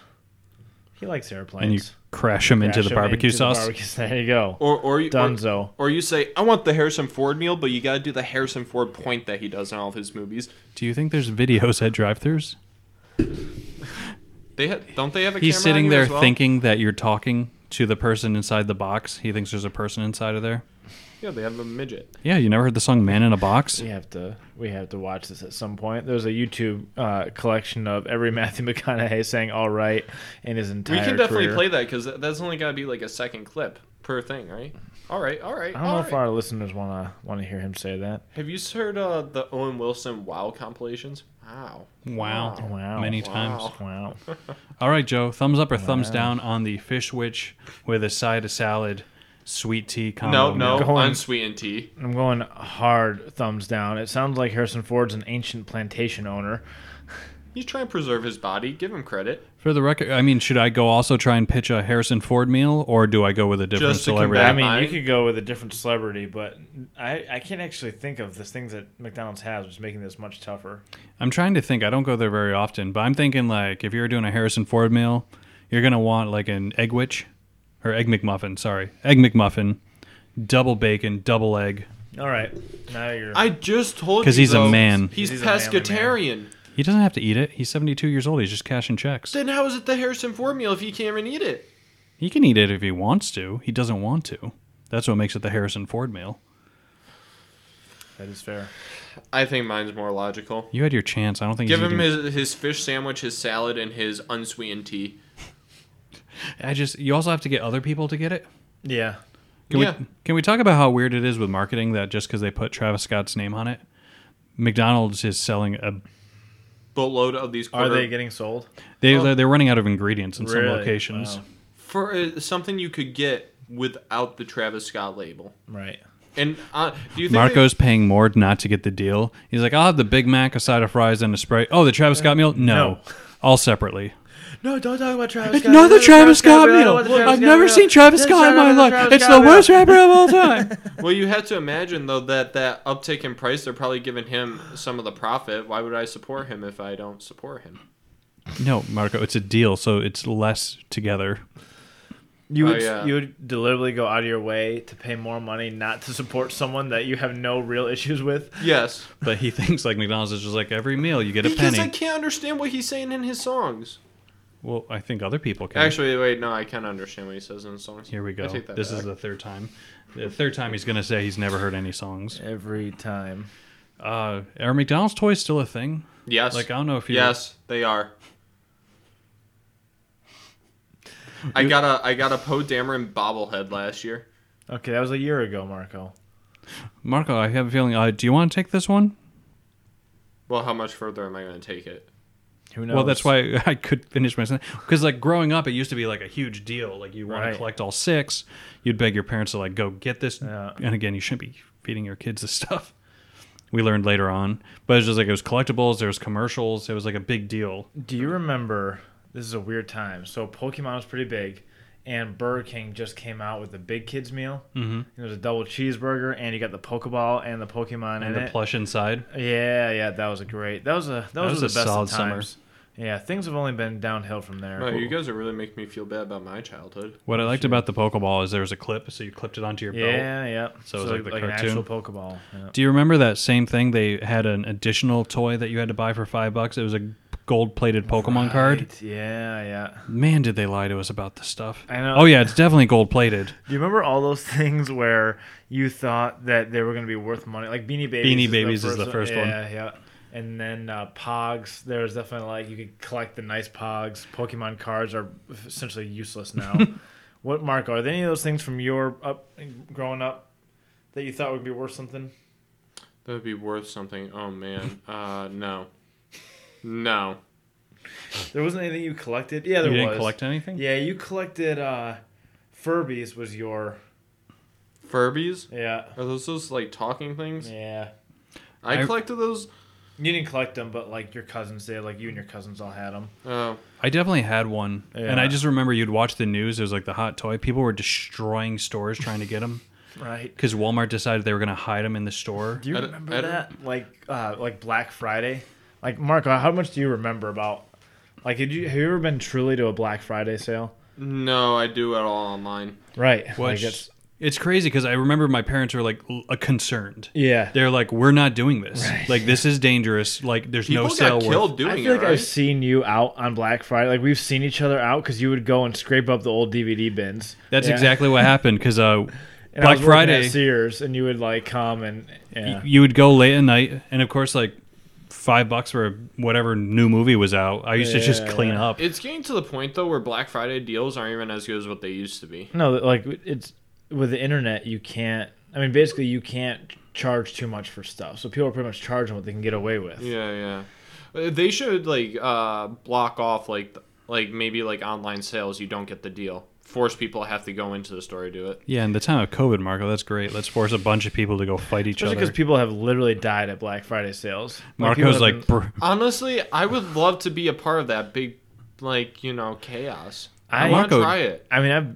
He likes airplanes. And you crash him into Crash the 'em barbecue into the sauce. barbecue- There you go. Or or you or, Dunzo. or you say, "I want the Harrison Ford meal," but you gotta do the Harrison Ford point that he does in all of his movies. Do you think there's videos at drive-throughs? They ha- don't they have a He's camera on sitting you there as well? thinking that you're talking to the person inside the box. He thinks there's a person inside of there. Yeah, they have a midget. Yeah, you never heard the song "Man in a Box." We have to we have to watch this at some point. There's a YouTube uh, collection of every Matthew McConaughey saying "All right" in his entire. we can definitely career. play that because that's only gotta be like a second clip per thing, right? All right, all right. I don't all know if right. our listeners want to want to hear him say that. Have you heard uh, the Owen Wilson Wow compilations? Wow. Wow. Wow. Many Wow. times. Oh. Wow. All right, Joe. Thumbs up or thumbs down on the fish witch with a side of salad, sweet tea combo. No, no, Going- unsweetened tea. I'm going hard thumbs down. It sounds like Harrison Ford's an ancient plantation owner. He's trying to preserve his body. Give him credit. For the record, I mean, should I go also try and pitch a Harrison Ford meal, or do I go with a different Just to celebrity? I combat- mean, I- you could go with a different celebrity, but I, I can't actually think of the things that McDonald's has, which is making this much tougher. I'm trying to think. I don't go there very often, but I'm thinking like if you're doing a Harrison Ford meal, you're gonna want like an egg witch, or egg McMuffin. Sorry, egg McMuffin, double bacon, double egg. All right, now you're. I just told you. 'Cause he's a though, man. He's, He's a manly man. pescatarian. He doesn't have to eat it. He's 72 years old. He's just cashing checks. Then how is it the Harrison Ford meal if he can't even eat it? He can eat it if he wants to. He doesn't want to. That's what makes it the Harrison Ford meal. that is fair. I think mine's more logical. You had your chance. I don't think Give he's him eating- his, his fish sandwich, his salad, and his unsweetened tea. I just you also have to get other people to get it. Yeah. Can Yeah. we can we talk about how weird it is with marketing that just because they put Travis Scott's name on it, McDonald's is selling a Boatload of these. Are quarter- they getting sold? they they're running out of ingredients in some Really? locations. Wow. for uh, something you could get without the Travis Scott label? Right. And uh, do you think Marco's paying more not to get the deal. He's like, I'll have the Big Mac, a side of fries, and a sprite. Oh, the Travis Scott meal? No, No. all separately. No, don't talk about Travis It's not the Travis Scott meal. I've never seen Travis Scott in my life. It's the worst rapper of all time. They, well, you have to imagine though that that uptick in price, they're probably giving him some of the profit. Why would I support him if I don't support him? no, Marco, it's a deal, so it's less together. You Oh, would yeah. you would deliberately go out of your way to pay more money not to support someone that you have no real issues with. Yes, But he thinks like McDonald's is just like every meal you get a because penny. I can't understand what he's saying in his songs. well, I think other people can. Actually, wait, no, I can understand what he says in his songs. Here we I go. take that This is back. the third time. The third time he's gonna say he's never heard any songs. Every time. Uh, are McDonald's toys still a thing? yes. Like uh, I don't know if you. Yes, they are. I got a I got a Poe Dameron bobblehead last year. Okay, that was a year ago, Marco. Marco, I have a feeling. Uh, do you want to take this one? Well, how much further am I going to take it? Who knows? Well, that's why I could finish my sentence. Because like growing up, it used to be like a huge deal. Like you want Right. to collect all six, you'd beg your parents to like go get this. Yeah. And again, you shouldn't be feeding your kids this stuff. We learned later on, but it's just like it was collectibles. There was commercials. It was like a big deal. Do you remember? This is a weird time. So Pokemon was pretty big, and Burger King just came out with the big kids meal. Mm-hmm. Hmm. It was a double cheeseburger, and you got the Pokeball and the Pokemon And in the it. plush inside. yeah, yeah, that was a great. That was a that, was, was the a best solid of summer. times. Yeah, things have only been downhill from there. Wow, Oh, you guys are really making me feel bad about my childhood. What I liked about the Pokeball is there was a clip, so you clipped it onto your belt. Yeah, yeah. So it was like the an cartoon? actual Pokeball. Yeah. Do you remember that same thing? They had an additional toy that you had to buy for five bucks. It was a gold-plated Pokemon card. Right, Yeah, yeah. Man, did they lie to us about this stuff. I know. Oh yeah, it's definitely gold-plated. Do you remember all those things where you thought that they were going to be worth money? Like Beanie Babies. Beanie Babies is the first one. Yeah, yeah. And then uh, Pogs. There was definitely like you could collect the nice Pogs. Pokemon cards are essentially useless now. what Marco? Are there any of those things from your up growing up that you thought would be worth something? That would be worth something. Oh man. Uh no. No. There wasn't anything you collected. Yeah, You there didn't was. collect anything. yeah, you collected uh, Furbies. Was your Furbies? yeah. Are those those like talking things? Yeah. I I- collected those. You didn't collect them, but like your cousins did. Like you and your cousins all had them. Oh. I definitely had one, and Yeah. I just remember you'd watch the news. It was like the hot toy. People were destroying stores trying to get them Right. because Walmart decided they were going to hide them in the store. Do you I don't- remember I don't- that? Like uh, like Black Friday? Like Marco, how much do you remember about like did you have you ever been truly to a Black Friday sale? No, I do it all online. Right. Which Like it's, it's crazy because I remember my parents were like l- uh, concerned. yeah. They're like, we're not doing this. Like this is dangerous. Like there's People no sale got killed worth. doing I feel it. like right? I've seen you out on Black Friday. Like we've seen each other out because you would go and scrape up the old DVD bins. That's Yeah. exactly what happened because uh, And I Black was working at Friday. Sears, and you would like come and yeah. you would go late at night, and of course, like five bucks for whatever new movie was out. I used to just Yeah. clean up. It's getting to the point though where Black Friday deals aren't even as good as what they used to be. No, like it's with the internet, you can't. I mean, basically, you can't charge too much for stuff, so people are pretty much charging what they can get away with. Yeah, yeah. Uh, They should like uh, block off like th- like maybe like online sales. You don't get the deal. Force people to have to go into the store to do it. Yeah, in the time of COVID, Marco, that's great. Let's force a bunch of people to go fight each Especially because other. people have literally died at Black Friday sales. Like, people Marco's have like, been- "Br- Honestly, I would love to be a part of that big, like you know, chaos. I I- want to Marco- try it. I mean, I've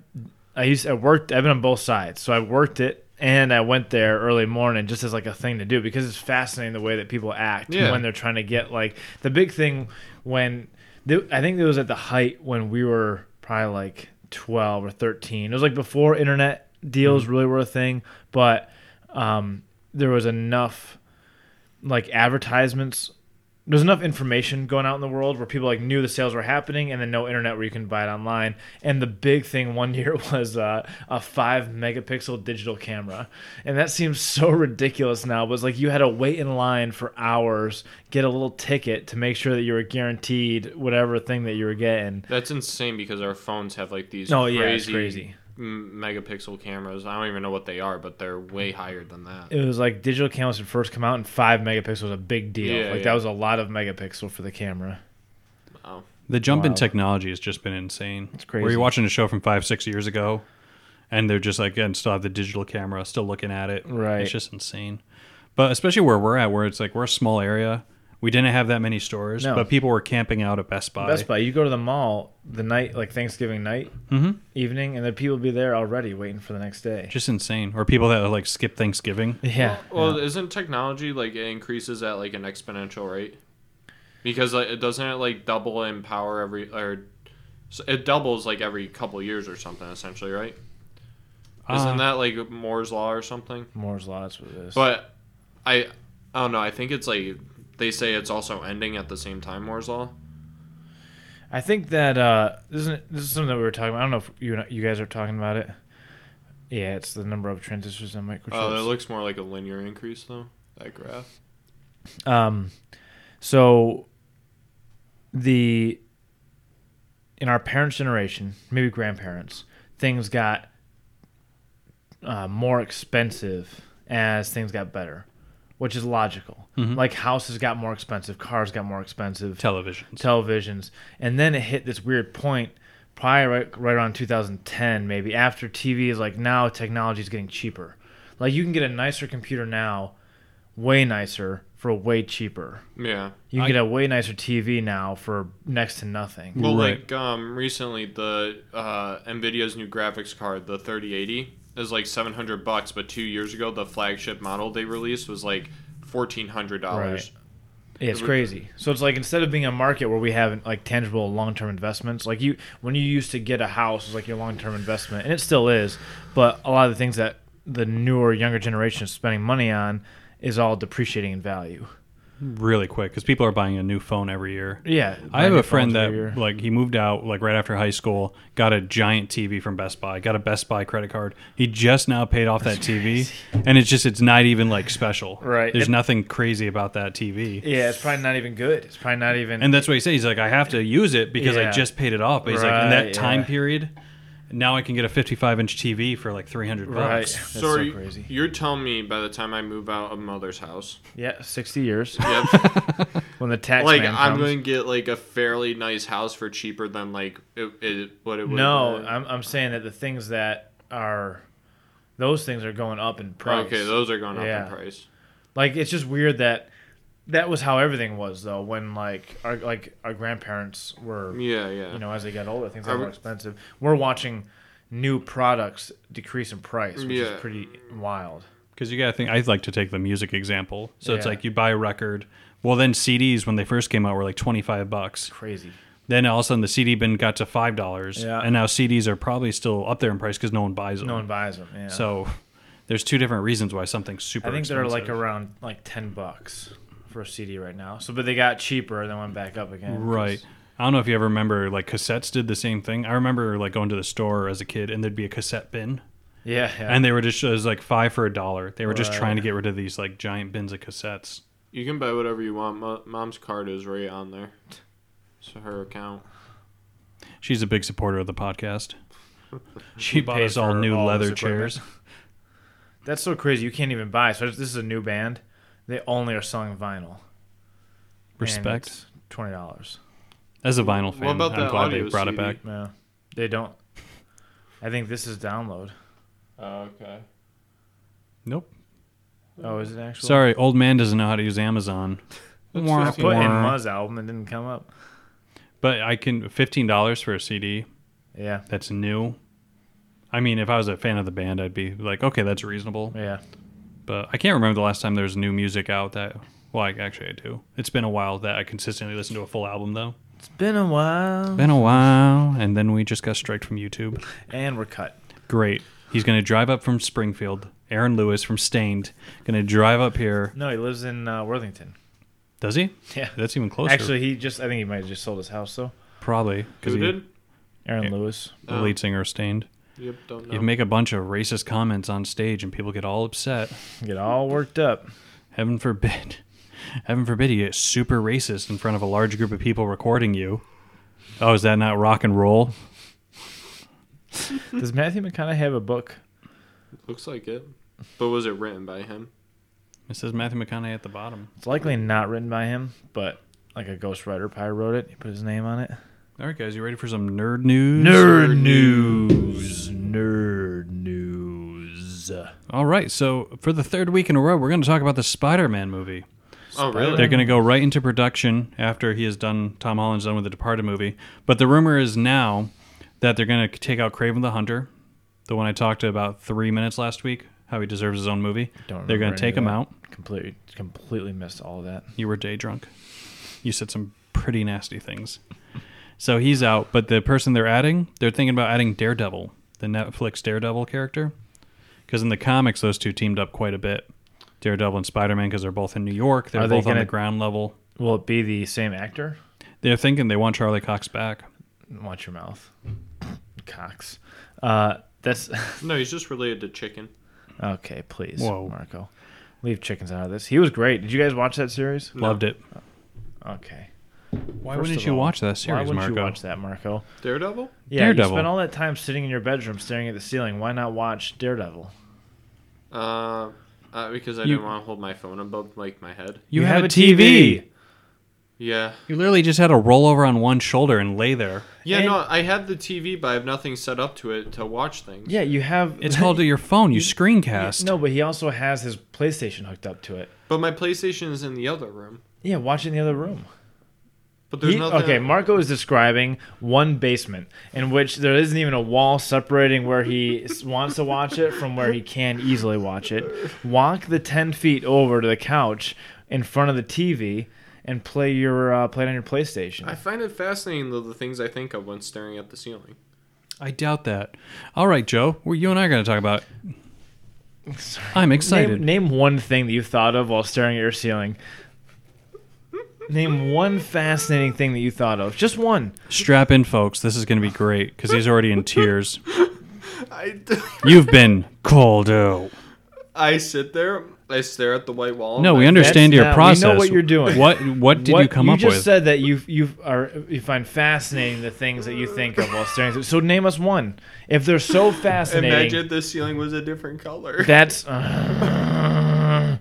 I used I worked. I've been on both sides, so I worked it and I went there early morning just as like a thing to do because it's fascinating the way that people act Yeah. when they're trying to get like the big thing when the, I think it was at the height when we were probably like twelve or thirteen. It was like before internet Mm-hmm. deals really were a thing, but um, there was enough like advertisements there's enough information going out in the world where people like knew the sales were happening and then no internet where you can buy it online and the big thing one year was uh, a five megapixel digital camera and that seems so ridiculous now but it's like you had to wait in line for hours get a little ticket to make sure that you were guaranteed whatever thing that you were getting That's insane because our phones have like these oh crazy, yeah it's crazy m- megapixel cameras. I don't even know what they are, but they're way higher than that. it was like digital cameras had first come out and five megapixels was a big deal Yeah, like yeah. that was a lot of megapixel for the camera Oh. the jump in Wow. technology has just been insane. It's crazy. Where you're watching a show from five, six years ago, and they're just like, and still have the digital camera, still looking at it. Right. It's just insane. But especially where we're at, where it's like we're a small area. We didn't have that many stores, No. but people were camping out at Best Buy. Best Buy. You go to the mall the night, like Thanksgiving night Mhm. evening, and the people be there already waiting for the next day. Just insane. Or people that like skip Thanksgiving. yeah. Well, isn't technology like it increases at like an exponential rate? Because like, it doesn't it like double in power every or so it doubles like every couple years or something essentially, right? Uh, Isn't that like Moore's law or something? Moore's Law is what it is. But I I don't know. I think it's like they say it's also ending at the same time Moore's law. I think that uh, this is this is something that we were talking about. I don't know if you and- you guys are talking about it. Yeah, it's the number of transistors on microchips. Oh, that looks more like a linear increase though. That graph. Um, so the in our parents' generation, maybe grandparents, things got uh, more expensive as things got better, which is logical. Mm-hmm. Like houses got more expensive, cars got more expensive, televisions. televisions, and then it hit this weird point. Probably right, right around 2010, maybe after TV is like now technology is getting cheaper. Like you can get a nicer computer now, way nicer for way cheaper. Yeah. You I- can get a way nicer TV now for next to nothing. Well, Right. like um, recently, the uh, Nvidia's new graphics card, the 3080, is like 700 bucks. But two years ago, the flagship model they released was like 1,400 dollars. Yeah, it's crazy. So it's like instead of being a market where we have like tangible long term investments, like you when you used to get a house was like your long term investment, and it still is. But a lot of the things that the newer younger generation is spending money on is all depreciating in value. really quick because people are buying a new phone every year. Yeah, I have Like, a friend phones that every year. like he moved out like right after high school, got a giant TV from Best Buy, got a Best Buy credit card. He just now paid off that TV, and it's just it's not even like special. Right. There's It- nothing crazy about that TV. yeah, it's probably not even good. It's probably not even. and that's what he said. He's like, I have to use it because I Yeah. just paid it off. But he's like, in that Right, time yeah. period, now I can get a 55 inch TV for like 300 Right. bucks. That's So, so are you, crazy. You're telling me by the time I move out of mother's house, yeah, sixty years yep, when the tax like man I'm comes. going to get like a fairly nice house for cheaper than like it, it, what it would. No, I'm I'm saying that the things that are those things are going up in price. okay, those are going up Yeah. in price. Like it's just weird that that was how everything was though. When like our like our grandparents were, Yeah, yeah. you know, as they got older, things Are got we- more expensive. We're watching new products decrease in price, which Yeah. is pretty wild. Because you got to think, I'd like to take the music example. So it's Yeah. like you buy a record. Well, then CDs when they first came out were like 25 bucks. Crazy. Then all of a sudden the CD bin got to five dollars, Yeah. and now CDs are probably still up there in price because no one buys them. No one buys them. Yeah. So there's two different reasons why something's super. I think they're like expensive. around like ten bucks for a CD right now. So, but they got cheaper and then went back up again. 'cause- right. I don't know if you ever remember like cassettes did the same thing. I remember like going to the store as a kid and there'd be a cassette bin, Yeah. yeah. and they were just it was like five for a dollar. They were just Right. trying to get rid of these like giant bins of cassettes. You can buy whatever you want. Mo- Mom's card is right on there. It's her account. She's a big supporter of the podcast. She bought paid us all for new all leather this equipment. chairs. That's so crazy. You can't even buy. So this is a new band. They only are selling vinyl. Respect. it's Twenty dollars. As a vinyl fan, about I'm that glad they audio brought it CD? back. Yeah, they don't. I think this is download. Oh, okay. Nope. Oh, is it actually? Sorry, old man doesn't know how to use Amazon. Wah, I put in wah. Muzz album and didn't come up. But I can fifteen dollars for a CD Yeah, that's new. I mean, if I was a fan of the band, I'd be like, okay, that's reasonable. yeah. But I can't remember the last time there was new music out that. Well, I, actually, I do. It's been a while that I consistently listened to a full album, though. It's been a while, Been a while, and then we just got striked from YouTube. and we're cut. Great. He's going to drive up from Springfield. Aaron Lewis from Stained. Going to drive up here. No, he lives in uh, Worthington. Does he? Yeah. That's even closer. Actually, he just—I think he might have just sold his house though. probably. because Who did? Aaron Lewis. The lead singer of Stained. Yep, don't know. You make a bunch of racist comments on stage and people get all upset. Get all worked up. Heaven forbid. Heaven forbid you get super racist in front of a large group of people recording you. Oh, is that not rock and roll? Does Matthew McConaughey have a book? Looks like it. But was it written by him? It says Matthew McConaughey at the bottom. It's likely not written by him, but like a ghostwriter probably wrote it. He put his name on it. All right, guys, you ready for some nerd news? Nerd news. Nerd news. All right, so for the third week in a row, we're going to talk about the Spider-Man movie. Oh, really? They're going to go right into production after he is done. Tom Holland's done with the Departed movie, but the rumor is now that they're going to take out Craven the Hunter, the one I talked about three minutes last week. How he deserves his own movie. Don't they're going remember to any take of him that. out. Completely, completely missed all of that. You were day drunk. You said some pretty nasty things. So he's out, but the person they're adding, they're thinking about adding Daredevil, the Netflix Daredevil character, because in the comics those two teamed up quite a bit. Daredevil and Spider Man, because they're both in New York. They're Are they both on gonna- the ground level. Will it be the same actor? They're thinking they want Charlie Cox back. Watch your mouth, Cox. Uh, that's No, he's just related to chicken. okay. Please, Whoa. Marco, leave chickens out of this. He was great. Did you guys watch that series? Loved it. Okay. Why First wouldn't of you all, watch that series, Why wouldn't Marco? you watch that, Marco? Daredevil? Yeah, Daredevil. you spent all that time sitting in your bedroom staring at the ceiling. Why not watch Daredevil? Uh, uh because I You- didn't want to hold my phone above like my head. You, have, a TV. Yeah. You literally just had to roll over on one shoulder and lay there. Yeah, And- no, I have the TV, but I have nothing set up to it to watch things. Yeah, you have. It's called to your phone. You screencast. No, but he also has his PlayStation hooked up to it. But my PlayStation is in the other room. Yeah, watch it in the other room. But there's He- nothing. okay, Marco is describing one basement in which there isn't even a wall separating where he s- wants to watch it from where he can easily watch it. Walk the 10 feet over to the couch in front of the TV and play your uh, play it on your PlayStation. I find it fascinating though the things I think of when staring at the ceiling. I doubt that. All right, Joe. Well, you and I are going to talk about. I'm excited. Name, name one thing that you thought of while staring at your ceiling. Name one fascinating thing that you thought of. Just one. Strap in, folks. This is going to be great because he's already in tears. I, You've been called out. I sit there, I stare at the white wall. No, and we I- understand That's your not- we know process. what you're doing. What What did you come up just with? said that you you are you find fascinating the things that you think of while staring. at- So name us one. If they're so fascinating, Imagine if the ceiling was a different color. that's. uh,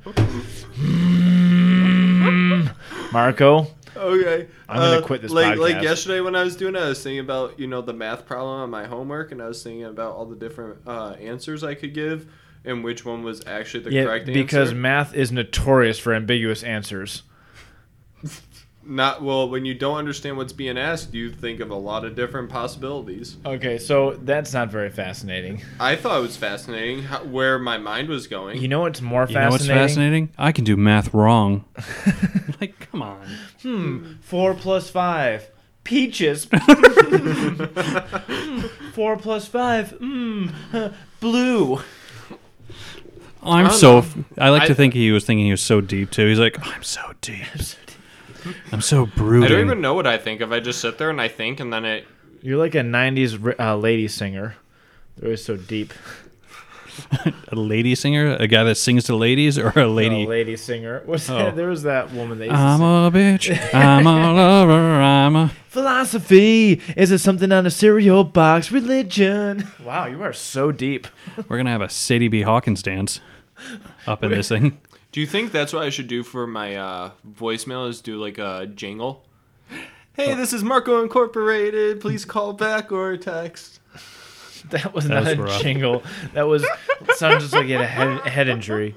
hmm. Marco, okay. I'm gonna uh, quit this like, podcast. Like yesterday when I was doing it, I was thinking about, you know, the math problem on my homework, and I was thinking about all the different uh, answers I could give and which one was actually the yeah, correct because answer. math is notorious for ambiguous answers. Not well, when you don't understand what's being asked, you think of a lot of different possibilities. Okay, so that's not very fascinating. I thought it was fascinating how, where my mind was going. You know what's more you know what's fascinating? I can do math wrong. like, come on. Four plus five. Peaches. Hmm. Four plus five. Mmm. Blue. I'm I don't so. know. f- I like to I- think he was thinking he was so deep too. He's like, I'm so deep. I'm so brooding. I don't even know what I think of. I just sit there and I think, and then it. You're like a 90s ri- uh, lady singer. They're always so deep. a lady singer, a guy that sings to ladies, or a lady. A lady singer. What's Oh. that? There was that woman that used I'm to a bitch. I'm a lover. I'm a. sing. Philosophy. Is it something on a cereal box? Religion. Wow, you are so deep. We're gonna have a Sadie B. Hawkins dance up in this thing. Do you think that's what I should do for my uh, voicemail? Is do like a jingle? Hey, this is Marco Incorporated. Please call back or text. That was That not was a rough. jingle. That was sounded just like he had a head, a head injury.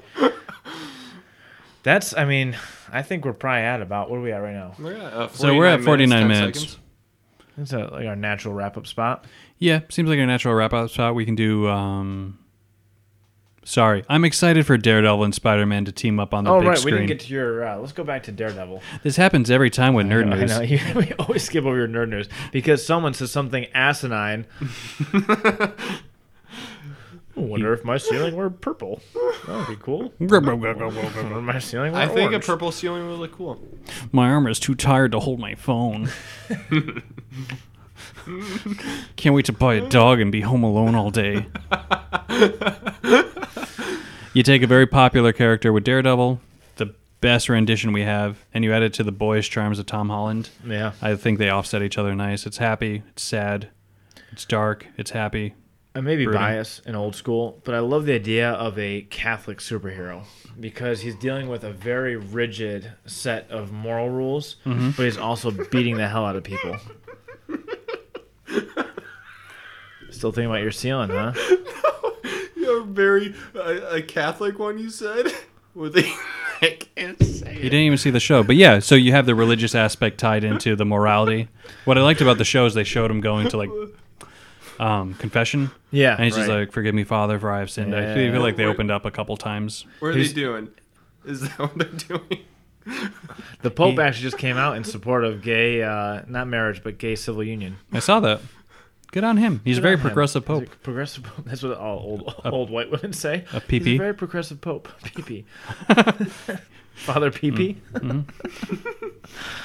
That's. I mean, I think we're probably at about what are we at right now? We're at, uh, So we're at 49 minutes. 10 seconds. Is that like our natural wrap up spot? Yeah, seems like a natural wrap up spot. We can do. um Sorry, I'm excited for Daredevil and Spider Man to team up on the oh big right, we screen. didn't get to your. Uh, let's go back to Daredevil. this happens every time with nerd I news. know, I know. we always skip over your nerd news because someone says something asinine. I wonder if my ceiling were purple. That would be cool. I wonder if my ceiling were I think a orange. purple ceiling would look cool. My arm is too tired to hold my phone. Can't wait to buy a dog and be home alone all day. you take a very popular character with Daredevil, the best rendition we have, and you add it to the boyish charms of Tom Holland. Yeah. I think they offset each other nice. It's happy, it's sad, it's dark, it's happy. I may be Brooding. biased and old school, but I love the idea of a Catholic superhero because he's dealing with a very rigid set of moral rules, Mm-hmm. but he's also beating the hell out of people. Still thinking about your ceiling, huh? You're very a Catholic one. You said with a I can't say You didn't even see the show, but yeah. So you have the religious aspect tied into the morality. What I liked about the show is they showed him going to like um, confession, Yeah. and he's just right. like, "Forgive me, Father, for I have sinned." I feel, Yeah. feel like they opened up a couple times. What are He's- they doing? Is that what they're doing? the Pope actually just came out in support of gay, uh, not marriage, but gay civil union. I saw that. Good on him. He's a very Good on him. progressive He's a pope. progressive Pope. That's what all old old white women say. a He's PP. a very progressive Pope. PP. Father PP. Hmm.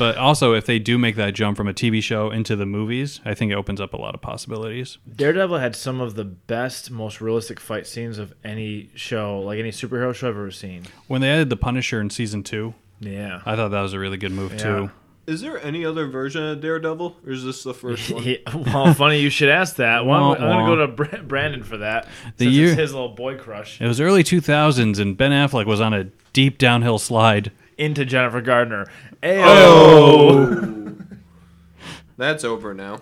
But also, if they do make that jump from a TV show into the movies, I think it opens up a lot of possibilities. Daredevil had some of the best, most realistic fight scenes of any show, like any superhero show I've ever seen. Uh, When they added the Punisher in season two, Yeah. I thought that was a really good move too. Is there any other version of Daredevil, or is this the first one? Yeah, well, funny you should ask that. Well, I'm, Wah, I'm wah. going to go to Bra- Brandon for that. The since year- it's his little boy crush It was early two thousands, and Ben Affleck was on a deep downhill slide. into Jennifer Gardner. Ayo. Oh! Oh. That's over now.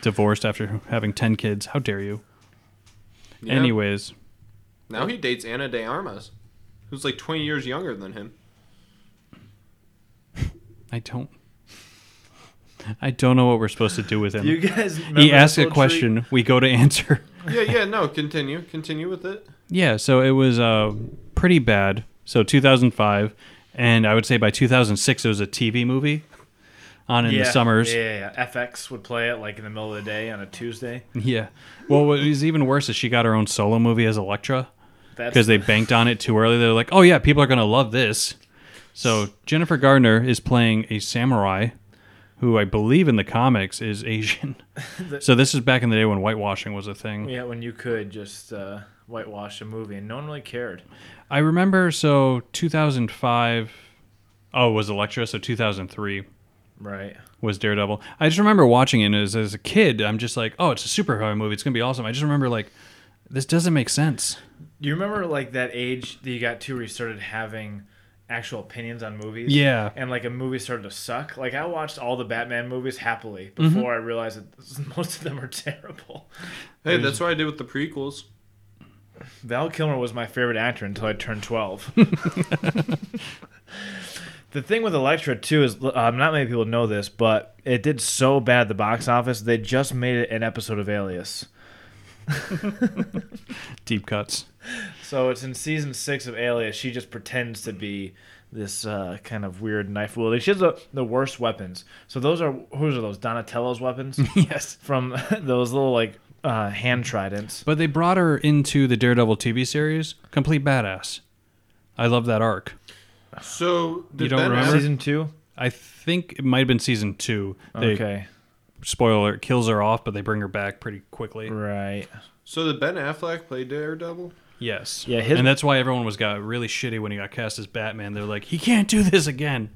divorced after having 10 kids. How dare you? Yeah. Anyways, now he dates Anna De Armas, who's like 20 years younger than him. I don't I don't know what we're supposed to do with him. You guys. remember he this asks a little treat? question, we go to answer. Yeah, yeah. No, continue, continue with it. Yeah, so it was uh pretty bad. So 2005 and I would say by 2006 it was a TV movie on in yeah. the summers. Yeah, yeah, yeah. FX would play it like in the middle of the day on a Tuesday. Yeah. Well, what was even worse is she got her own solo movie as Electra That's because they banked on it too early. They're like, "Oh yeah, people are going to love this." So, Jennifer Gardner is playing a samurai who I believe in the comics is Asian. so, this is back in the day when whitewashing was a thing. yeah when you could just uh, whitewash a movie and no one really cared. I remember so 2005 Oh, was Electra, so 2003 Right. was Daredevil. I just remember watching it and as, as a kid, I'm just like, "Oh, it's a superhero movie. It's going to be awesome." I just remember like this doesn't make sense. Do you remember like that age that you got to where you started having actual opinions on movies? Yeah. And like a movie started to suck. Like I watched all the Batman movies happily Mm-hmm. before I realized that most of them are terrible. Hey, that's what I did with the prequels. Val Kilmer was my favorite actor until I turned 12. the thing with Electra, too, is um, not many people know this, but it did so bad at the box office, they just made it an episode of Alias. Deep cuts. So it's in season six of Alias. She just pretends to be this uh, kind of weird knife wielder. She has the, the worst weapons. So those are whose are those Donatello's weapons yes. from those little like uh, hand tridents. But they brought her into the Daredevil TV series, complete badass. I love that arc. So did You don't Ben remember? Season two. I think it might have been season two. They, Okay, Spoiler alert, kills her off, but they bring her back pretty quickly. right. so did Ben Affleck play Daredevil? Yes. Yeah, his- and that's why everyone was got really shitty when he got cast as Batman. They're like, he can't do this again.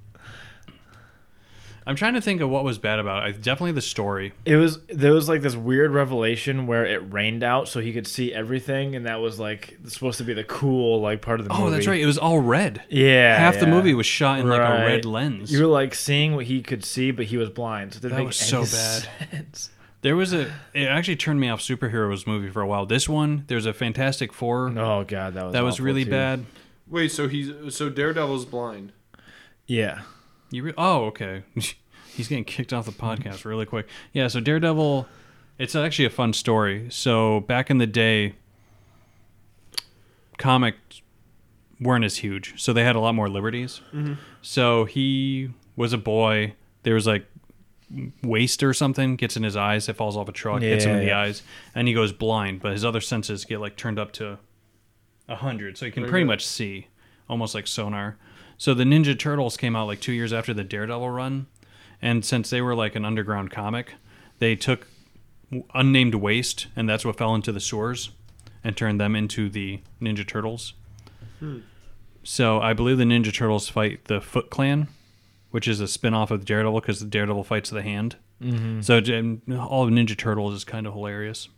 I'm trying to think of what was bad about it. I, definitely the story. It was there was like this weird revelation where it rained out, so he could see everything, and that was like supposed to be the cool like part of the Oh, movie. that's right. It was all red. Yeah, Half the yeah. movie was shot in like a Right. red lens. You were like seeing what he could see, but he was blind. So it didn't That make was any so bad. sense. There was a. It actually turned me off superheroes movie for a while. This one, there's a Fantastic Four Oh god, that was that was awful, really too. bad. Wait, so he's so Daredevil's blind. Yeah, You re- oh okay, he's getting kicked off the podcast really quick. Yeah, so Daredevil, it's actually a fun story. So back in the day, comics weren't as huge, so they had a lot more liberties. Mm-hmm. So he was a boy. There was like waste or something gets in his eyes. It falls off a truck, hits him in Yeah, the yeah. eyes, and he goes blind. But his other senses get like turned up to a hundred, so he can Very pretty good. much see, almost like sonar. So the Ninja Turtles came out like two years after the Daredevil run, and since they were like an underground comic, they took unnamed waste, and that's what fell into the sewers, and turned them into the Ninja Turtles. So I believe the Ninja Turtles fight the Foot Clan, which is a spin-off of Daredevil because the Daredevil fights the Hand. Mm-hmm. So and all of Ninja Turtles is kind of hilarious.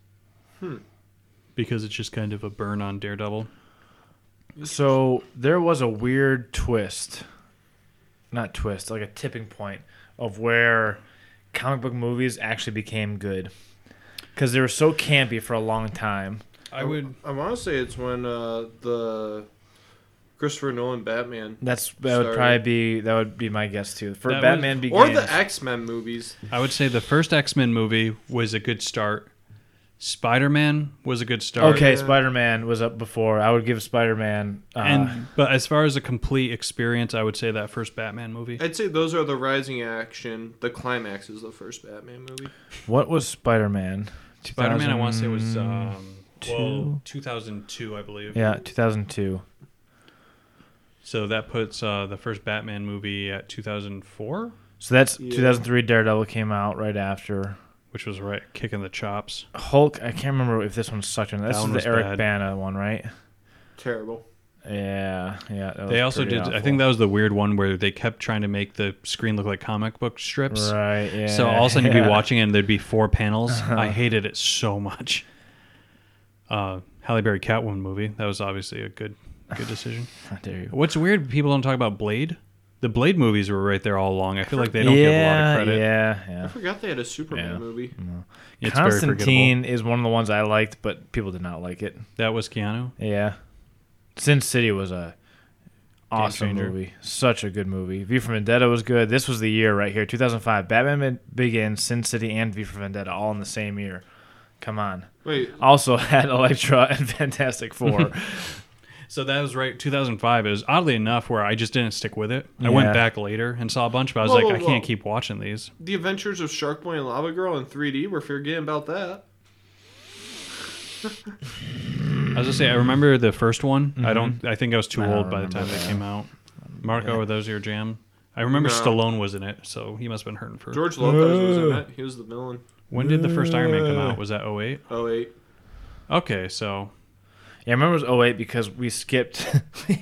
Because it's just kind of a burn on Daredevil. So there was a weird twist, not twist, like a tipping point of where comic book movies actually became good because they were so campy for a long time. I would. I want to say it's when uh, the Christopher Nolan Batman That's that would Started. probably be that would be my guess too. For That was- Batman or Begins, the X Men movies. I would say the first X Men movie was a good start. Spider Man was a good start. okay, Yeah. Spider Man was up before. I would give Spider Man. Uh, And but as far as a complete experience, I would say that first Batman movie. I'd say those are the rising action. The climax is the first Batman movie. what was Spider Man? Spider Man, I want to say was um, two? well, 2002, I believe. Yeah, two thousand two. So that puts uh, the first Batman movie at 2004, So that's Yeah. 2003. Daredevil came out right after. which was right kicking the chops. Hulk, I can't remember if this one sucked or not. That This is one was the Eric bad. Bana one, right? Terrible. Yeah, yeah. That was They also pretty did. I awful. think that was the weird one where they kept trying to make the screen look like comic book strips. right. Yeah. So all of a sudden you'd yeah. Uh-huh. be watching it and there'd be four panels. I hated it so much. Uh, Halle Berry Catwoman movie. That was obviously a good good decision. How dare you? What's weird, people don't talk about Blade. The Blade movies were right there all along. I feel like they don't give a lot yeah, of credit. yeah, I yeah. forgot they had a Superman Yeah. Mm. movie. It's very forgettable. Constantine is one of the ones I liked, but people did not like it. That was Keanu. Yeah. Sin City was a awesome changer. movie. Such a good movie. View from Vendetta was good. This was the year right here, 2005. Batman Begins, Sin City, and View from Vendetta all in the same year. Come on. Wait, Also had Elektra and Fantastic Four. So that was right 2005. It was oddly enough where I just didn't stick with it. I Yeah. went back later and saw a bunch, but I was Whoa, like, whoa, I can't whoa. keep watching these. The Adventures of Shark Boy and Lava Girl in 3D. We're forgetting about that. I was gonna say I remember the first one. I don't. I think I was too Mm-hmm. I don't old by the time remember that that. came out. Marco, were those your jam? I remember No. Stallone was in it, so he must have been hurting for. George Lopez was in it. He was the villain. when did the first Iron Man come out? Was that 08? Oh wait, Okay, so Yeah, I remember it was 08 because we skipped.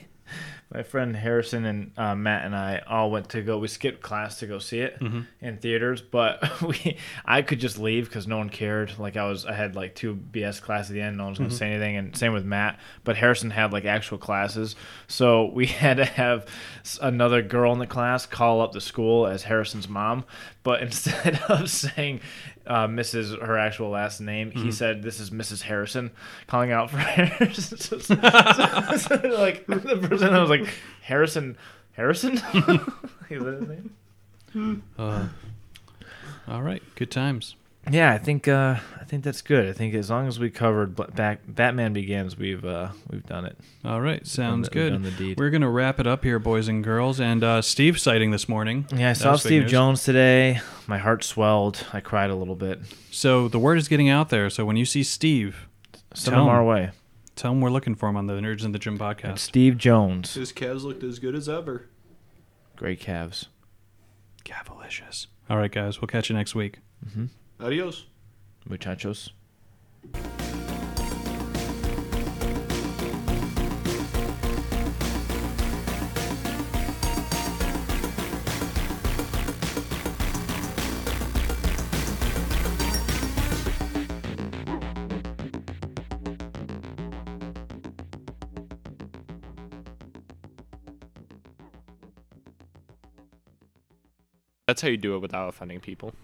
my friend Harrison and uh, Matt and I all went to go. We skipped class to go see it in theaters, but we I could just leave because no one cared. Like I was, I had like two BS class at the end. No one's gonna say anything, and same with Matt. But Harrison had like actual classes, so we had to have s- another girl in the class call up the school as Harrison's mom. But instead of saying uh, Mrs. her actual last name, he said this is Mrs. Harrison, calling out for Harrison. So- so- so, like the person I was like Harrison, Harrison. is that his name? uh, all right, good times. Yeah, I think uh, I think that's good. I think as long as we covered Bla- back Batman Begins, we've uh, we've done it. All right, sounds the- we've good. done the deed. We're gonna wrap it up here, boys and girls. And uh, Steve sighting this morning. Yeah, I That saw was big Steve news. Jones today. My heart swelled. I cried a little bit. So the word is getting out there. So when you see Steve, Send Tell him him. our way. tell him we're looking for him on the Nerds in the Gym podcast. It's Steve Jones, his calves looked as good as ever. great Cavs. Cavalicious. All right, guys, we'll catch you next week. Adios. Muchachos. That's how you do it without offending people.